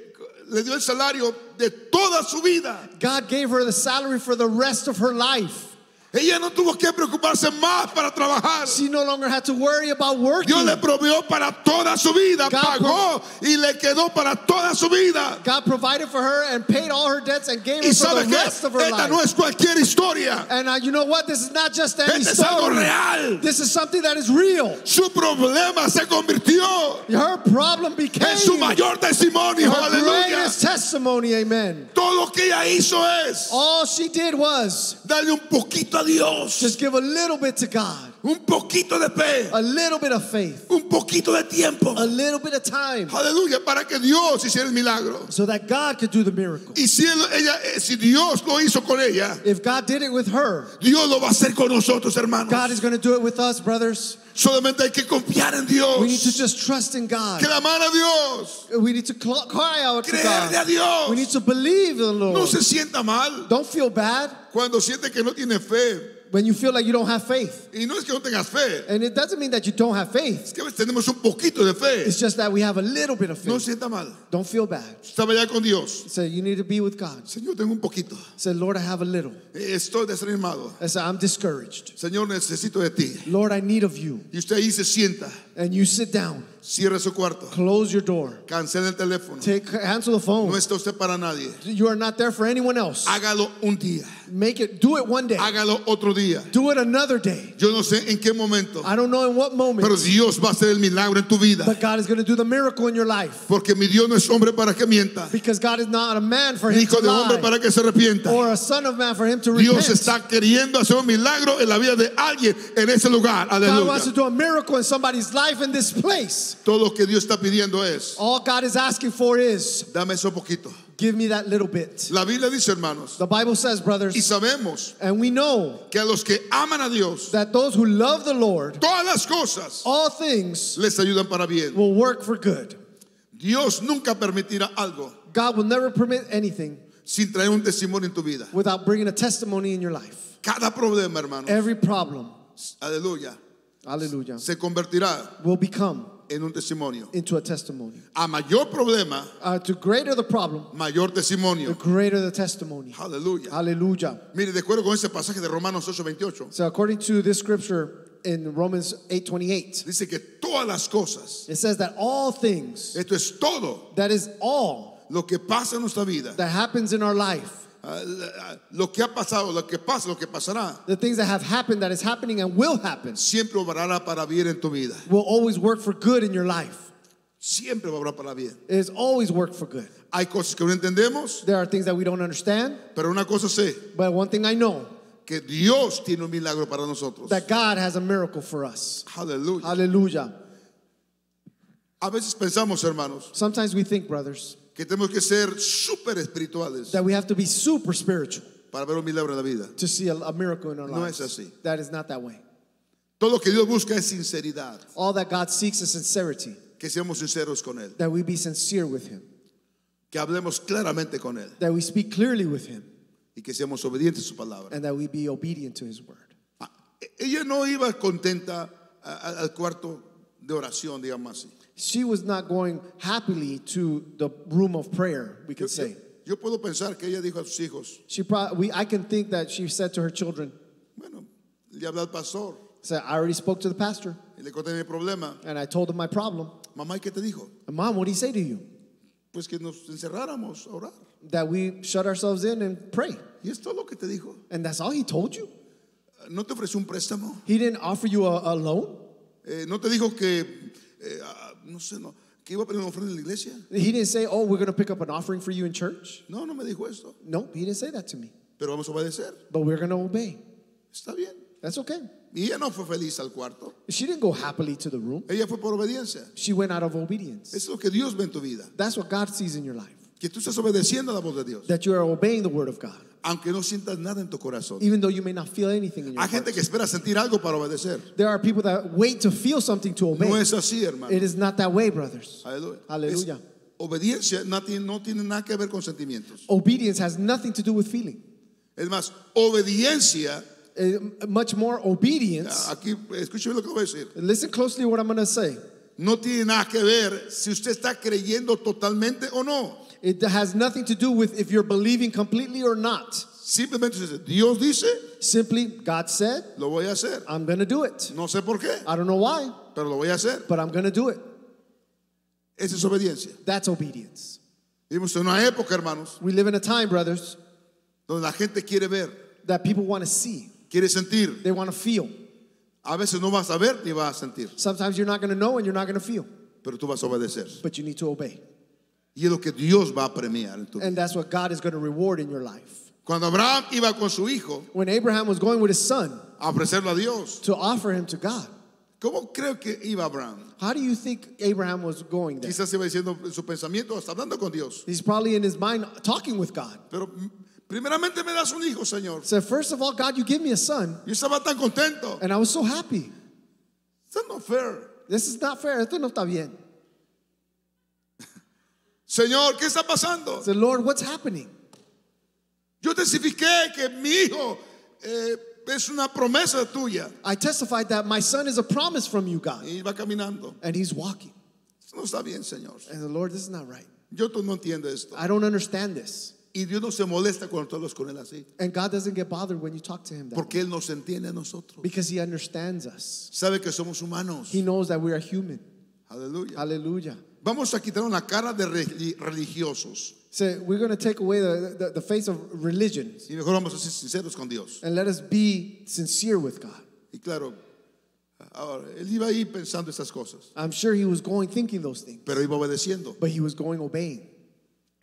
[SPEAKER 1] le dio el salario de toda su vida.
[SPEAKER 2] God gave her the salary for the rest of her life.
[SPEAKER 1] Ella no tuvo que preocuparse más para trabajar.
[SPEAKER 2] She no longer had to worry about working.
[SPEAKER 1] Dios le provió para toda su vida,
[SPEAKER 2] God
[SPEAKER 1] pagó y le quedó para toda su vida.
[SPEAKER 2] God provided for her and paid all her debts and gave
[SPEAKER 1] Y
[SPEAKER 2] her for
[SPEAKER 1] sabe
[SPEAKER 2] the
[SPEAKER 1] que
[SPEAKER 2] rest of her
[SPEAKER 1] esta
[SPEAKER 2] life.
[SPEAKER 1] no es cualquier historia.
[SPEAKER 2] and uh, you know what? This is not just any
[SPEAKER 1] Este es algo
[SPEAKER 2] story.
[SPEAKER 1] real.
[SPEAKER 2] This is something that is real.
[SPEAKER 1] Su problema se convirtió
[SPEAKER 2] Her problem became
[SPEAKER 1] en su mayor testimonio.
[SPEAKER 2] her
[SPEAKER 1] Aleluya.
[SPEAKER 2] greatest testimony. Amen.
[SPEAKER 1] Todo lo que ella hizo es
[SPEAKER 2] All she did was
[SPEAKER 1] darle un poquito a Dios,
[SPEAKER 2] just give a little bit to God,
[SPEAKER 1] un poquito de fe,
[SPEAKER 2] a little bit of faith,
[SPEAKER 1] un poquito de tiempo.
[SPEAKER 2] a little bit of time,
[SPEAKER 1] Aleluya, para que Dios hiciera el milagro.
[SPEAKER 2] so that God could do the miracle.
[SPEAKER 1] Y si, él- ella, eh, si Dios lo hizo con ella,
[SPEAKER 2] If God did it with her,
[SPEAKER 1] Dios lo va a hacer con nosotros, hermanos.
[SPEAKER 2] God is going to do it with us, brothers.
[SPEAKER 1] Solamente hay que confiar en
[SPEAKER 2] We need to
[SPEAKER 1] Dios,
[SPEAKER 2] just trust in God.
[SPEAKER 1] clamar a Dios,
[SPEAKER 2] We need to cl- cry out to
[SPEAKER 1] creerle a
[SPEAKER 2] God. We need
[SPEAKER 1] Dios.
[SPEAKER 2] to believe in the
[SPEAKER 1] No
[SPEAKER 2] Lord.
[SPEAKER 1] se sienta mal
[SPEAKER 2] Don't feel bad
[SPEAKER 1] cuando siente que no tiene fe.
[SPEAKER 2] when you feel like you don't have faith.
[SPEAKER 1] Y no es que no tengas fe,
[SPEAKER 2] And it doesn't mean that you don't have faith.
[SPEAKER 1] es que a veces tenemos un poquito de fe.
[SPEAKER 2] It's just that we have a little bit of
[SPEAKER 1] No se
[SPEAKER 2] faith.
[SPEAKER 1] sienta mal.
[SPEAKER 2] Don't feel bad.
[SPEAKER 1] Estaba ya con Dios.
[SPEAKER 2] So you need to be with God.
[SPEAKER 1] Señor, tengo un poquito.
[SPEAKER 2] Say, Lord, I have a little.
[SPEAKER 1] Eh, Estoy desanimado.
[SPEAKER 2] I say, I'm discouraged.
[SPEAKER 1] Señor, necesito de ti.
[SPEAKER 2] Lord, I need of you.
[SPEAKER 1] Y usted ahí se sienta,
[SPEAKER 2] And you sit down,
[SPEAKER 1] cierra su cuarto,
[SPEAKER 2] close your door,
[SPEAKER 1] cancela el teléfono.
[SPEAKER 2] take cancel
[SPEAKER 1] No
[SPEAKER 2] the phone.
[SPEAKER 1] está usted para nadie.
[SPEAKER 2] You are not there for anyone else.
[SPEAKER 1] Hágalo un día,
[SPEAKER 2] Make it do it one day.
[SPEAKER 1] hágalo otro día.
[SPEAKER 2] Do it another day.
[SPEAKER 1] Yo no sé en qué momento,
[SPEAKER 2] I don't know in what
[SPEAKER 1] pero
[SPEAKER 2] moment,
[SPEAKER 1] Dios va a hacer el milagro en tu vida.
[SPEAKER 2] but God is going to do the miracle in your life
[SPEAKER 1] Porque mi Dios no es hombre para que mienta,
[SPEAKER 2] because God is not a man for
[SPEAKER 1] ni
[SPEAKER 2] him to
[SPEAKER 1] hijo de hombre
[SPEAKER 2] lie
[SPEAKER 1] para que se arrepienta.
[SPEAKER 2] or a son of man for him to
[SPEAKER 1] Dios
[SPEAKER 2] repent.
[SPEAKER 1] está queriendo hacer un milagro en la vida de alguien en ese lugar.
[SPEAKER 2] God wants to
[SPEAKER 1] Aleluya.
[SPEAKER 2] do a miracle in somebody's life in this place.
[SPEAKER 1] Todo lo que Dios está pidiendo es,
[SPEAKER 2] All God is asking for is
[SPEAKER 1] dame eso poquito.
[SPEAKER 2] give me that little bit.
[SPEAKER 1] La Biblia dice, hermanos,
[SPEAKER 2] The Bible says,
[SPEAKER 1] y
[SPEAKER 2] brothers,
[SPEAKER 1] sabemos
[SPEAKER 2] and we know
[SPEAKER 1] que a los que aman a Dios,
[SPEAKER 2] that those who love the Lord,
[SPEAKER 1] todas las cosas
[SPEAKER 2] all things
[SPEAKER 1] les ayudan para bien.
[SPEAKER 2] will work for good.
[SPEAKER 1] Dios nunca permitirá algo
[SPEAKER 2] God will never permit anything
[SPEAKER 1] sin traer un testimonio en tu vida.
[SPEAKER 2] without bringing a testimony in your life.
[SPEAKER 1] Cada problema, hermano,
[SPEAKER 2] Every problem,
[SPEAKER 1] aleluya,
[SPEAKER 2] hallelujah,
[SPEAKER 1] se convertirá
[SPEAKER 2] will become
[SPEAKER 1] en un testimonio.
[SPEAKER 2] into a testimony.
[SPEAKER 1] A mayor problema,
[SPEAKER 2] Uh, the greater the problem,
[SPEAKER 1] mayor
[SPEAKER 2] the
[SPEAKER 1] testimonio.
[SPEAKER 2] greater the testimony.
[SPEAKER 1] Aleluya.
[SPEAKER 2] Hallelujah.
[SPEAKER 1] Mire, de acuerdo con ese pasaje de Romanos 8:28,
[SPEAKER 2] So according to this scripture in Romans 8:28,
[SPEAKER 1] dice que todas las cosas,
[SPEAKER 2] it says that all things,
[SPEAKER 1] esto es todo
[SPEAKER 2] that is all
[SPEAKER 1] lo que pasa en nuestra vida,
[SPEAKER 2] that happens in our life,
[SPEAKER 1] ah, ah, lo que ha pasado, lo que pasa, lo que pasará,
[SPEAKER 2] the things that have happened, that is happening and will happen,
[SPEAKER 1] siempre obrará para bien en tu vida.
[SPEAKER 2] will always work for good in your life.
[SPEAKER 1] Siempre obrará para bien.
[SPEAKER 2] It has always worked for good.
[SPEAKER 1] Hay cosas que no entendemos,
[SPEAKER 2] There are things that we don't understand,
[SPEAKER 1] pero una cosa sé,
[SPEAKER 2] but one thing I know
[SPEAKER 1] que Dios tiene un milagro para nosotros.
[SPEAKER 2] that God has a miracle for us.
[SPEAKER 1] Aleluya.
[SPEAKER 2] Hallelujah.
[SPEAKER 1] A veces pensamos, hermanos,
[SPEAKER 2] Sometimes we think, brothers,
[SPEAKER 1] que tenemos que ser súper espirituales
[SPEAKER 2] that we have to be super spiritual
[SPEAKER 1] para ver un milagro en la vida.
[SPEAKER 2] to see a, a miracle in our
[SPEAKER 1] No
[SPEAKER 2] lives.
[SPEAKER 1] es así.
[SPEAKER 2] That is not that way.
[SPEAKER 1] Todo lo que Dios busca es sinceridad,
[SPEAKER 2] All that God seeks is sincerity,
[SPEAKER 1] que seamos sinceros con Él,
[SPEAKER 2] that we be sincere with Him,
[SPEAKER 1] que hablemos claramente con Él
[SPEAKER 2] that we speak clearly with Him,
[SPEAKER 1] y que seamos obedientes a su palabra.
[SPEAKER 2] and that we be obedient to His word.
[SPEAKER 1] Ah, e- Ella no iba contenta a- a- al cuarto de oración, digamos así.
[SPEAKER 2] She was not going happily to the room of prayer, we
[SPEAKER 1] Yo,
[SPEAKER 2] could say.
[SPEAKER 1] yo- yo puedo pensar que ella dijo a sus hijos,
[SPEAKER 2] She pro- we, I can think that she said to her children,
[SPEAKER 1] bueno, le hablé al pastor
[SPEAKER 2] said, I already spoke to the pastor,
[SPEAKER 1] y le conté mi problema.
[SPEAKER 2] and I told him my problem.
[SPEAKER 1] Mamá, ¿y qué te dijo?
[SPEAKER 2] And Mom, what did he say to you?
[SPEAKER 1] Pues que nos encerráramos a orar.
[SPEAKER 2] That we shut ourselves in and pray.
[SPEAKER 1] Y esto es lo que te dijo.
[SPEAKER 2] And that's all he told you?
[SPEAKER 1] No te ofreció un préstamo.
[SPEAKER 2] He didn't offer you a, a loan?
[SPEAKER 1] Eh, no te dijo que, eh, ah, no sé, no, que iba a poner una ofrenda en la iglesia.
[SPEAKER 2] He didn't say, Oh, we're going to pick up an offering for you in church.
[SPEAKER 1] No, no me dijo esto.
[SPEAKER 2] Nope, he didn't say that to me.
[SPEAKER 1] Pero vamos a obedecer.
[SPEAKER 2] But we're going to obey.
[SPEAKER 1] Está bien.
[SPEAKER 2] That's okay.
[SPEAKER 1] Y ella no fue feliz al cuarto.
[SPEAKER 2] She didn't go happily to the room,
[SPEAKER 1] Ella fue por obediencia.
[SPEAKER 2] she went out of obedience.
[SPEAKER 1] Es lo que Dios ve en tu vida.
[SPEAKER 2] That's what God sees in your life
[SPEAKER 1] Que tú estás obedeciendo a la voz de Dios.
[SPEAKER 2] that you are obeying the word of God,
[SPEAKER 1] Aunque no sientas nada en tu corazón.
[SPEAKER 2] even though you may not feel anything in your
[SPEAKER 1] Hay
[SPEAKER 2] heart.
[SPEAKER 1] gente que espera sentir algo para obedecer.
[SPEAKER 2] There are people that wait to feel something to
[SPEAKER 1] No
[SPEAKER 2] obey.
[SPEAKER 1] es así, hermano.
[SPEAKER 2] It is not that way, brothers.
[SPEAKER 1] Aleluya.
[SPEAKER 2] Aleluya.
[SPEAKER 1] Es- obediencia no tiene, no tiene nada que ver con sentimientos.
[SPEAKER 2] Obedience has nothing to do with feeling.
[SPEAKER 1] Es más, obediencia.
[SPEAKER 2] Uh, Much more obedience.
[SPEAKER 1] Aquí, escúcheme lo que voy a decir.
[SPEAKER 2] Listen closely what I'm going to say.
[SPEAKER 1] No tiene nada que ver si usted está creyendo totalmente o no.
[SPEAKER 2] It has nothing to do with if you're believing completely or not.
[SPEAKER 1] Simplemente dice, Dios dice,
[SPEAKER 2] Simply, God said,
[SPEAKER 1] lo voy a hacer.
[SPEAKER 2] I'm going to do it.
[SPEAKER 1] No sé por qué,
[SPEAKER 2] I don't know why,
[SPEAKER 1] pero lo voy a hacer.
[SPEAKER 2] but I'm going to do it.
[SPEAKER 1] Esa es obediencia.
[SPEAKER 2] That's obedience.
[SPEAKER 1] Vivimos en una época, hermanos,
[SPEAKER 2] We live in a time, brothers,
[SPEAKER 1] donde la gente quiere ver,
[SPEAKER 2] that people want to see,
[SPEAKER 1] quiere sentir.
[SPEAKER 2] they want to feel.
[SPEAKER 1] A veces no vas a ver ni vas a sentir,
[SPEAKER 2] Sometimes you're not going to know and you're not going to feel,
[SPEAKER 1] pero tú vas a obedecer.
[SPEAKER 2] but you need to obey.
[SPEAKER 1] Y es lo que Dios va a premiar en tu vida.
[SPEAKER 2] And that's what God is going to reward in your life.
[SPEAKER 1] Cuando Abraham iba con su hijo
[SPEAKER 2] When Abraham was going with his son
[SPEAKER 1] a ofrecerlo a Dios,
[SPEAKER 2] to offer him to God,
[SPEAKER 1] ¿cómo creo que iba Abraham?
[SPEAKER 2] how do you think Abraham was going there?
[SPEAKER 1] Quizás iba diciendo en su pensamiento, hasta hablando con Dios.
[SPEAKER 2] He's probably in his mind talking with God.
[SPEAKER 1] Pero mm, primeramente me das un hijo, Señor.
[SPEAKER 2] said, First of all, God, you give me a son.
[SPEAKER 1] Yo estaba tan contento.
[SPEAKER 2] And I was so happy.
[SPEAKER 1] That's not fair.
[SPEAKER 2] This is not fair. Esto no está bien.
[SPEAKER 1] Señor, ¿qué está pasando?
[SPEAKER 2] said, Lord, what's happening?
[SPEAKER 1] Yo testifiqué que mi hijo eh, es una promesa tuya.
[SPEAKER 2] I testified that my son is a promise from you, God.
[SPEAKER 1] Y va caminando.
[SPEAKER 2] And he's walking.
[SPEAKER 1] Eso no está bien, Señor.
[SPEAKER 2] And the Lord, this is not right.
[SPEAKER 1] Yo tú no entiendo esto.
[SPEAKER 2] I don't understand this.
[SPEAKER 1] Y Dios no se molesta cuando tú hablas con Él así.
[SPEAKER 2] And God doesn't get bothered when you talk to him that way.
[SPEAKER 1] Porque Él nos entiende a nosotros.
[SPEAKER 2] because he understands us.
[SPEAKER 1] Sabe que somos humanos.
[SPEAKER 2] He knows that we are human.
[SPEAKER 1] Aleluya.
[SPEAKER 2] Hallelujah.
[SPEAKER 1] Vamos a quitar una cara de re- religiosos.
[SPEAKER 2] So we're going to take away the, the, the face of religions
[SPEAKER 1] Y mejor vamos a ser sinceros con Dios.
[SPEAKER 2] and let us be sincere with God.
[SPEAKER 1] Y claro, ahora, Él iba ahí pensando estas cosas.
[SPEAKER 2] I'm sure he was going thinking those things,
[SPEAKER 1] Pero iba obedeciendo.
[SPEAKER 2] but he was going obeying.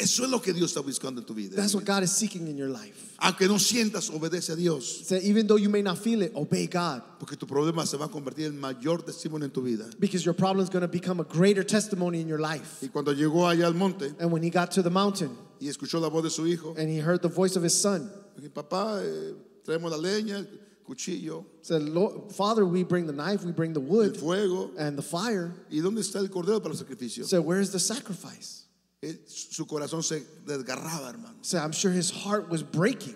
[SPEAKER 1] Eso es lo que Dios está buscando en tu vida.
[SPEAKER 2] That's what God is seeking in your life.
[SPEAKER 1] Aunque no sientas, obedece a Dios.
[SPEAKER 2] So even though you may not feel it, obey God
[SPEAKER 1] Porque tu problema se va a convertir en mayor testimonio en tu vida.
[SPEAKER 2] because your problem is going to become a greater testimony in your life.
[SPEAKER 1] Y cuando llegó allá al monte
[SPEAKER 2] And when he got to the mountain
[SPEAKER 1] y escuchó la voz de su hijo,
[SPEAKER 2] and he heard the voice of his son,
[SPEAKER 1] dije, papá, eh, traemos la leña, el cuchillo,
[SPEAKER 2] said, Lord, Father, we bring the knife, we bring the
[SPEAKER 1] el
[SPEAKER 2] wood
[SPEAKER 1] fuego.
[SPEAKER 2] and the fire.
[SPEAKER 1] ¿Y dónde está el cordero para el sacrificio?
[SPEAKER 2] Said, where is the sacrifice?
[SPEAKER 1] Él- su corazón se desgarraba, hermano.
[SPEAKER 2] Said, I'm sure his heart was breaking.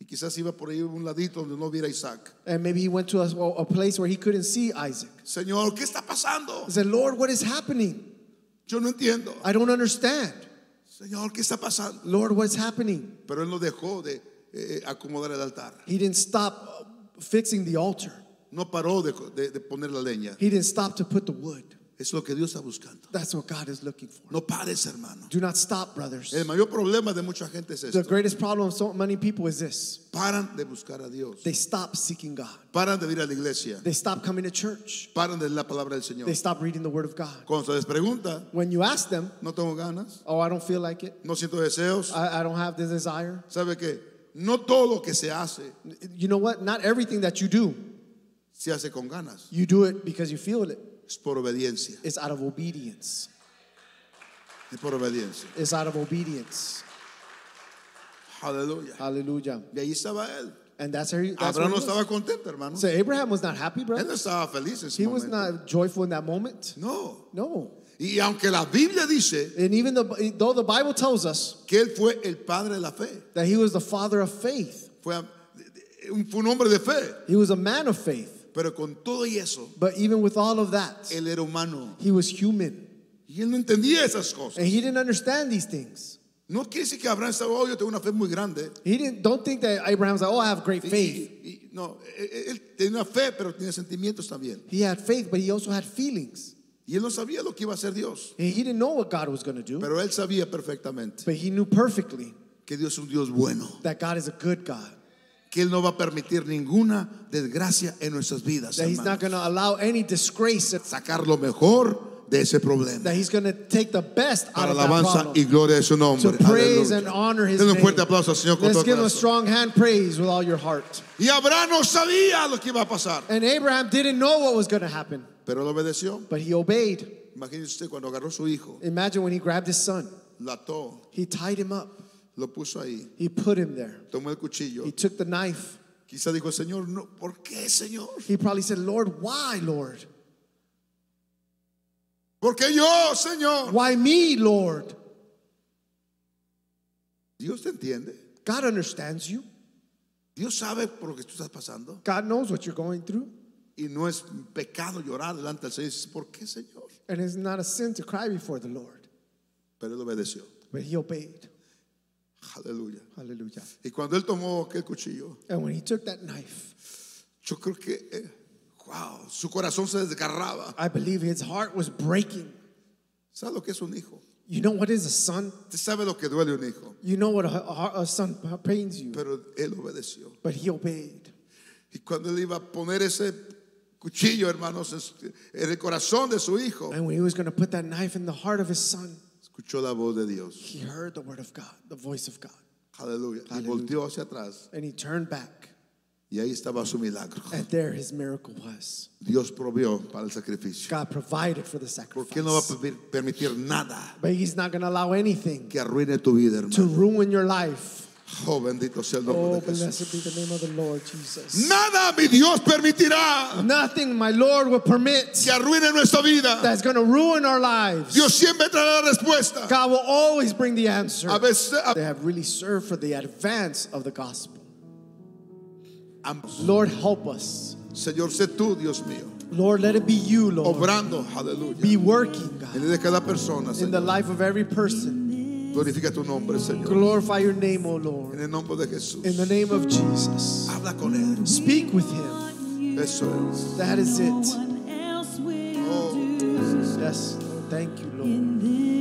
[SPEAKER 1] Y quizás iba por ahí a un ladito donde no viera Isaac.
[SPEAKER 2] And maybe he went to a, a place where he couldn't see Isaac.
[SPEAKER 1] Señor, ¿qué está pasando?
[SPEAKER 2] He said, Lord, what is happening?
[SPEAKER 1] Yo no entiendo.
[SPEAKER 2] I don't understand.
[SPEAKER 1] Señor, ¿qué está pasando?
[SPEAKER 2] Lord, what's happening?
[SPEAKER 1] Pero él no dejó de eh, acomodar el altar.
[SPEAKER 2] He didn't stop fixing the altar,
[SPEAKER 1] No paró de, de- de poner la leña.
[SPEAKER 2] he didn't stop to put the wood.
[SPEAKER 1] Es lo que Dios está buscando.
[SPEAKER 2] That's what God is looking for.
[SPEAKER 1] No pares, hermano.
[SPEAKER 2] Do not stop, brothers.
[SPEAKER 1] El mayor problema de mucha gente es
[SPEAKER 2] The
[SPEAKER 1] esto.
[SPEAKER 2] greatest problem of so many people is this
[SPEAKER 1] Paran de buscar a Dios.
[SPEAKER 2] they stop seeking God,
[SPEAKER 1] Paran de ir a la iglesia.
[SPEAKER 2] they stop coming to church,
[SPEAKER 1] Paran de leer la palabra del Señor.
[SPEAKER 2] they stop reading the Word of God.
[SPEAKER 1] Cuando se les pregunta,
[SPEAKER 2] When you ask them,
[SPEAKER 1] no tengo ganas,
[SPEAKER 2] Oh, I don't feel like it,
[SPEAKER 1] no siento deseos.
[SPEAKER 2] I, I don't have the desire.
[SPEAKER 1] ¿Sabe qué? No todo lo que se hace
[SPEAKER 2] You know what? Not everything that you do,
[SPEAKER 1] se hace con ganas.
[SPEAKER 2] you do it because you feel it.
[SPEAKER 1] Es por obediencia.
[SPEAKER 2] It's out of obedience.
[SPEAKER 1] Es por obediencia.
[SPEAKER 2] It's out of obedience.
[SPEAKER 1] Aleluya.
[SPEAKER 2] Hallelujah.
[SPEAKER 1] Y ahí estaba él.
[SPEAKER 2] And that's how you. That's
[SPEAKER 1] Abraham no
[SPEAKER 2] what he was.
[SPEAKER 1] estaba contento, hermano.
[SPEAKER 2] So Abraham was not happy,
[SPEAKER 1] Él no
[SPEAKER 2] brother.
[SPEAKER 1] estaba feliz en ese
[SPEAKER 2] He was
[SPEAKER 1] momento.
[SPEAKER 2] not joyful in that moment.
[SPEAKER 1] No.
[SPEAKER 2] No.
[SPEAKER 1] Y aunque la Biblia dice
[SPEAKER 2] And even the, though the Bible tells us
[SPEAKER 1] que él fue el padre de la fe,
[SPEAKER 2] that he was the father of faith,
[SPEAKER 1] fue, a- un- fue un hombre de fe,
[SPEAKER 2] he was a man of faith.
[SPEAKER 1] pero con todo y eso,
[SPEAKER 2] But even with all of that,
[SPEAKER 1] él era humano.
[SPEAKER 2] he was human.
[SPEAKER 1] Y él no entendía esas cosas.
[SPEAKER 2] And he didn't understand these things.
[SPEAKER 1] No quiere decir que Abraham estaba, oh, yo tengo una fe muy grande.
[SPEAKER 2] He didn't don't think that Abraham's like, oh, I have great
[SPEAKER 1] Y-
[SPEAKER 2] faith.
[SPEAKER 1] y- y- no, él, él tenía fe, pero tenía sentimientos también.
[SPEAKER 2] He had faith, but he also had feelings.
[SPEAKER 1] Y él no sabía lo que iba a hacer Dios,
[SPEAKER 2] He he didn't know what God was going to do,
[SPEAKER 1] pero él sabía perfectamente
[SPEAKER 2] but he knew perfectly
[SPEAKER 1] que Dios es un Dios bueno,
[SPEAKER 2] that God is a good God.
[SPEAKER 1] que Él no va a permitir ninguna desgracia en nuestras vidas.
[SPEAKER 2] That he's
[SPEAKER 1] hermanos.
[SPEAKER 2] not going to allow any disgrace.
[SPEAKER 1] Sacar lo mejor de ese problema
[SPEAKER 2] That he's going to take the best out
[SPEAKER 1] para
[SPEAKER 2] of that
[SPEAKER 1] alabanza y
[SPEAKER 2] problem.
[SPEAKER 1] gloria de su
[SPEAKER 2] To
[SPEAKER 1] nombre.
[SPEAKER 2] praise
[SPEAKER 1] Aleluya.
[SPEAKER 2] and honor his
[SPEAKER 1] Denle un
[SPEAKER 2] name.
[SPEAKER 1] fuerte aplauso al Señor con
[SPEAKER 2] Let's
[SPEAKER 1] todo
[SPEAKER 2] give him a
[SPEAKER 1] corazón.
[SPEAKER 2] strong hand praise with all your heart.
[SPEAKER 1] Y Abraham no sabía lo que iba a pasar,
[SPEAKER 2] And Abraham didn't know what was going to happen,
[SPEAKER 1] pero él obedeció.
[SPEAKER 2] but he obeyed.
[SPEAKER 1] Imagínese usted cuando agarró a su hijo,
[SPEAKER 2] Imagine when he grabbed his son.
[SPEAKER 1] lo ató,
[SPEAKER 2] He tied him up.
[SPEAKER 1] lo puso ahí,
[SPEAKER 2] He put him there.
[SPEAKER 1] tomó el cuchillo.
[SPEAKER 2] He took the knife.
[SPEAKER 1] Quizá dijo, Señor, no, ¿por qué, Señor?
[SPEAKER 2] He probably said, Lord, why, Lord?
[SPEAKER 1] ¿Por qué yo, Señor?
[SPEAKER 2] Why me, Lord?
[SPEAKER 1] Dios te entiende.
[SPEAKER 2] God understands you.
[SPEAKER 1] Dios sabe por lo que tú estás pasando.
[SPEAKER 2] God knows what you're going through.
[SPEAKER 1] Y no es pecado llorar delante del Señor. Y dices, ¿por qué, Señor?
[SPEAKER 2] And it's not a sin to cry before the Lord.
[SPEAKER 1] Pero él obedeció.
[SPEAKER 2] But he obeyed.
[SPEAKER 1] Aleluya.
[SPEAKER 2] Hallelujah.
[SPEAKER 1] Y cuando él tomó aquel cuchillo,
[SPEAKER 2] And when he took that knife,
[SPEAKER 1] yo creo que, eh, wow, su corazón se desgarraba.
[SPEAKER 2] I believe his heart was breaking.
[SPEAKER 1] ¿Sabes lo que es un hijo?
[SPEAKER 2] You know what is a son?
[SPEAKER 1] Usted sabe lo que duele un hijo.
[SPEAKER 2] You know what a, a, heart- a son pains you.
[SPEAKER 1] Pero él obedeció.
[SPEAKER 2] But he obeyed.
[SPEAKER 1] Y cuando él iba a poner ese cuchillo, hermanos, en su- en el corazón de su hijo,
[SPEAKER 2] And when he was going to put that knife in the heart of his son,
[SPEAKER 1] escuchó la voz de Dios.
[SPEAKER 2] he heard the word of God, the voice of God.
[SPEAKER 1] Aleluya. Y
[SPEAKER 2] Aleluya.
[SPEAKER 1] volteó hacia atrás.
[SPEAKER 2] And he turned back.
[SPEAKER 1] Y ahí estaba su milagro.
[SPEAKER 2] And there his miracle was.
[SPEAKER 1] Dios provió para el sacrificio.
[SPEAKER 2] God provided for the
[SPEAKER 1] Porque Él no va a
[SPEAKER 2] sacrifice.
[SPEAKER 1] per- permitir nada
[SPEAKER 2] But he's not going to allow anything
[SPEAKER 1] que arruine tu vida,
[SPEAKER 2] to
[SPEAKER 1] hermano.
[SPEAKER 2] ruin your life.
[SPEAKER 1] Oh, bendito sea el
[SPEAKER 2] Oh,
[SPEAKER 1] nombre de Jesús.
[SPEAKER 2] blessed be the name of the Lord Jesus.
[SPEAKER 1] Nada mi Dios permitirá
[SPEAKER 2] Nothing my Lord will permit
[SPEAKER 1] que arruine nuestra vida.
[SPEAKER 2] that's going to ruin our lives.
[SPEAKER 1] Dios siempre traerá la respuesta.
[SPEAKER 2] God will always bring the answer.
[SPEAKER 1] A veces,
[SPEAKER 2] They
[SPEAKER 1] a-
[SPEAKER 2] have really served for the advance of the gospel.
[SPEAKER 1] ambos.
[SPEAKER 2] Lord, help us.
[SPEAKER 1] Señor, sé tú, Dios mío,
[SPEAKER 2] Lord, let it be you,
[SPEAKER 1] Oh,
[SPEAKER 2] Lord.
[SPEAKER 1] obrando, aleluya.
[SPEAKER 2] Be working,
[SPEAKER 1] En
[SPEAKER 2] God,
[SPEAKER 1] la de cada persona,
[SPEAKER 2] in the
[SPEAKER 1] Señor.
[SPEAKER 2] life of every person.
[SPEAKER 1] Glorifica tu nombre, Señor.
[SPEAKER 2] Glorify your name, O Lord.
[SPEAKER 1] En el nombre de Jesús.
[SPEAKER 2] In the name of Jesus.
[SPEAKER 1] Habla con Él.
[SPEAKER 2] Speak with him.
[SPEAKER 1] Eso es.
[SPEAKER 2] That is it.
[SPEAKER 3] One else will
[SPEAKER 1] Oh.
[SPEAKER 3] do
[SPEAKER 2] Yes, Lord. Thank you, Lord.
[SPEAKER 3] in this.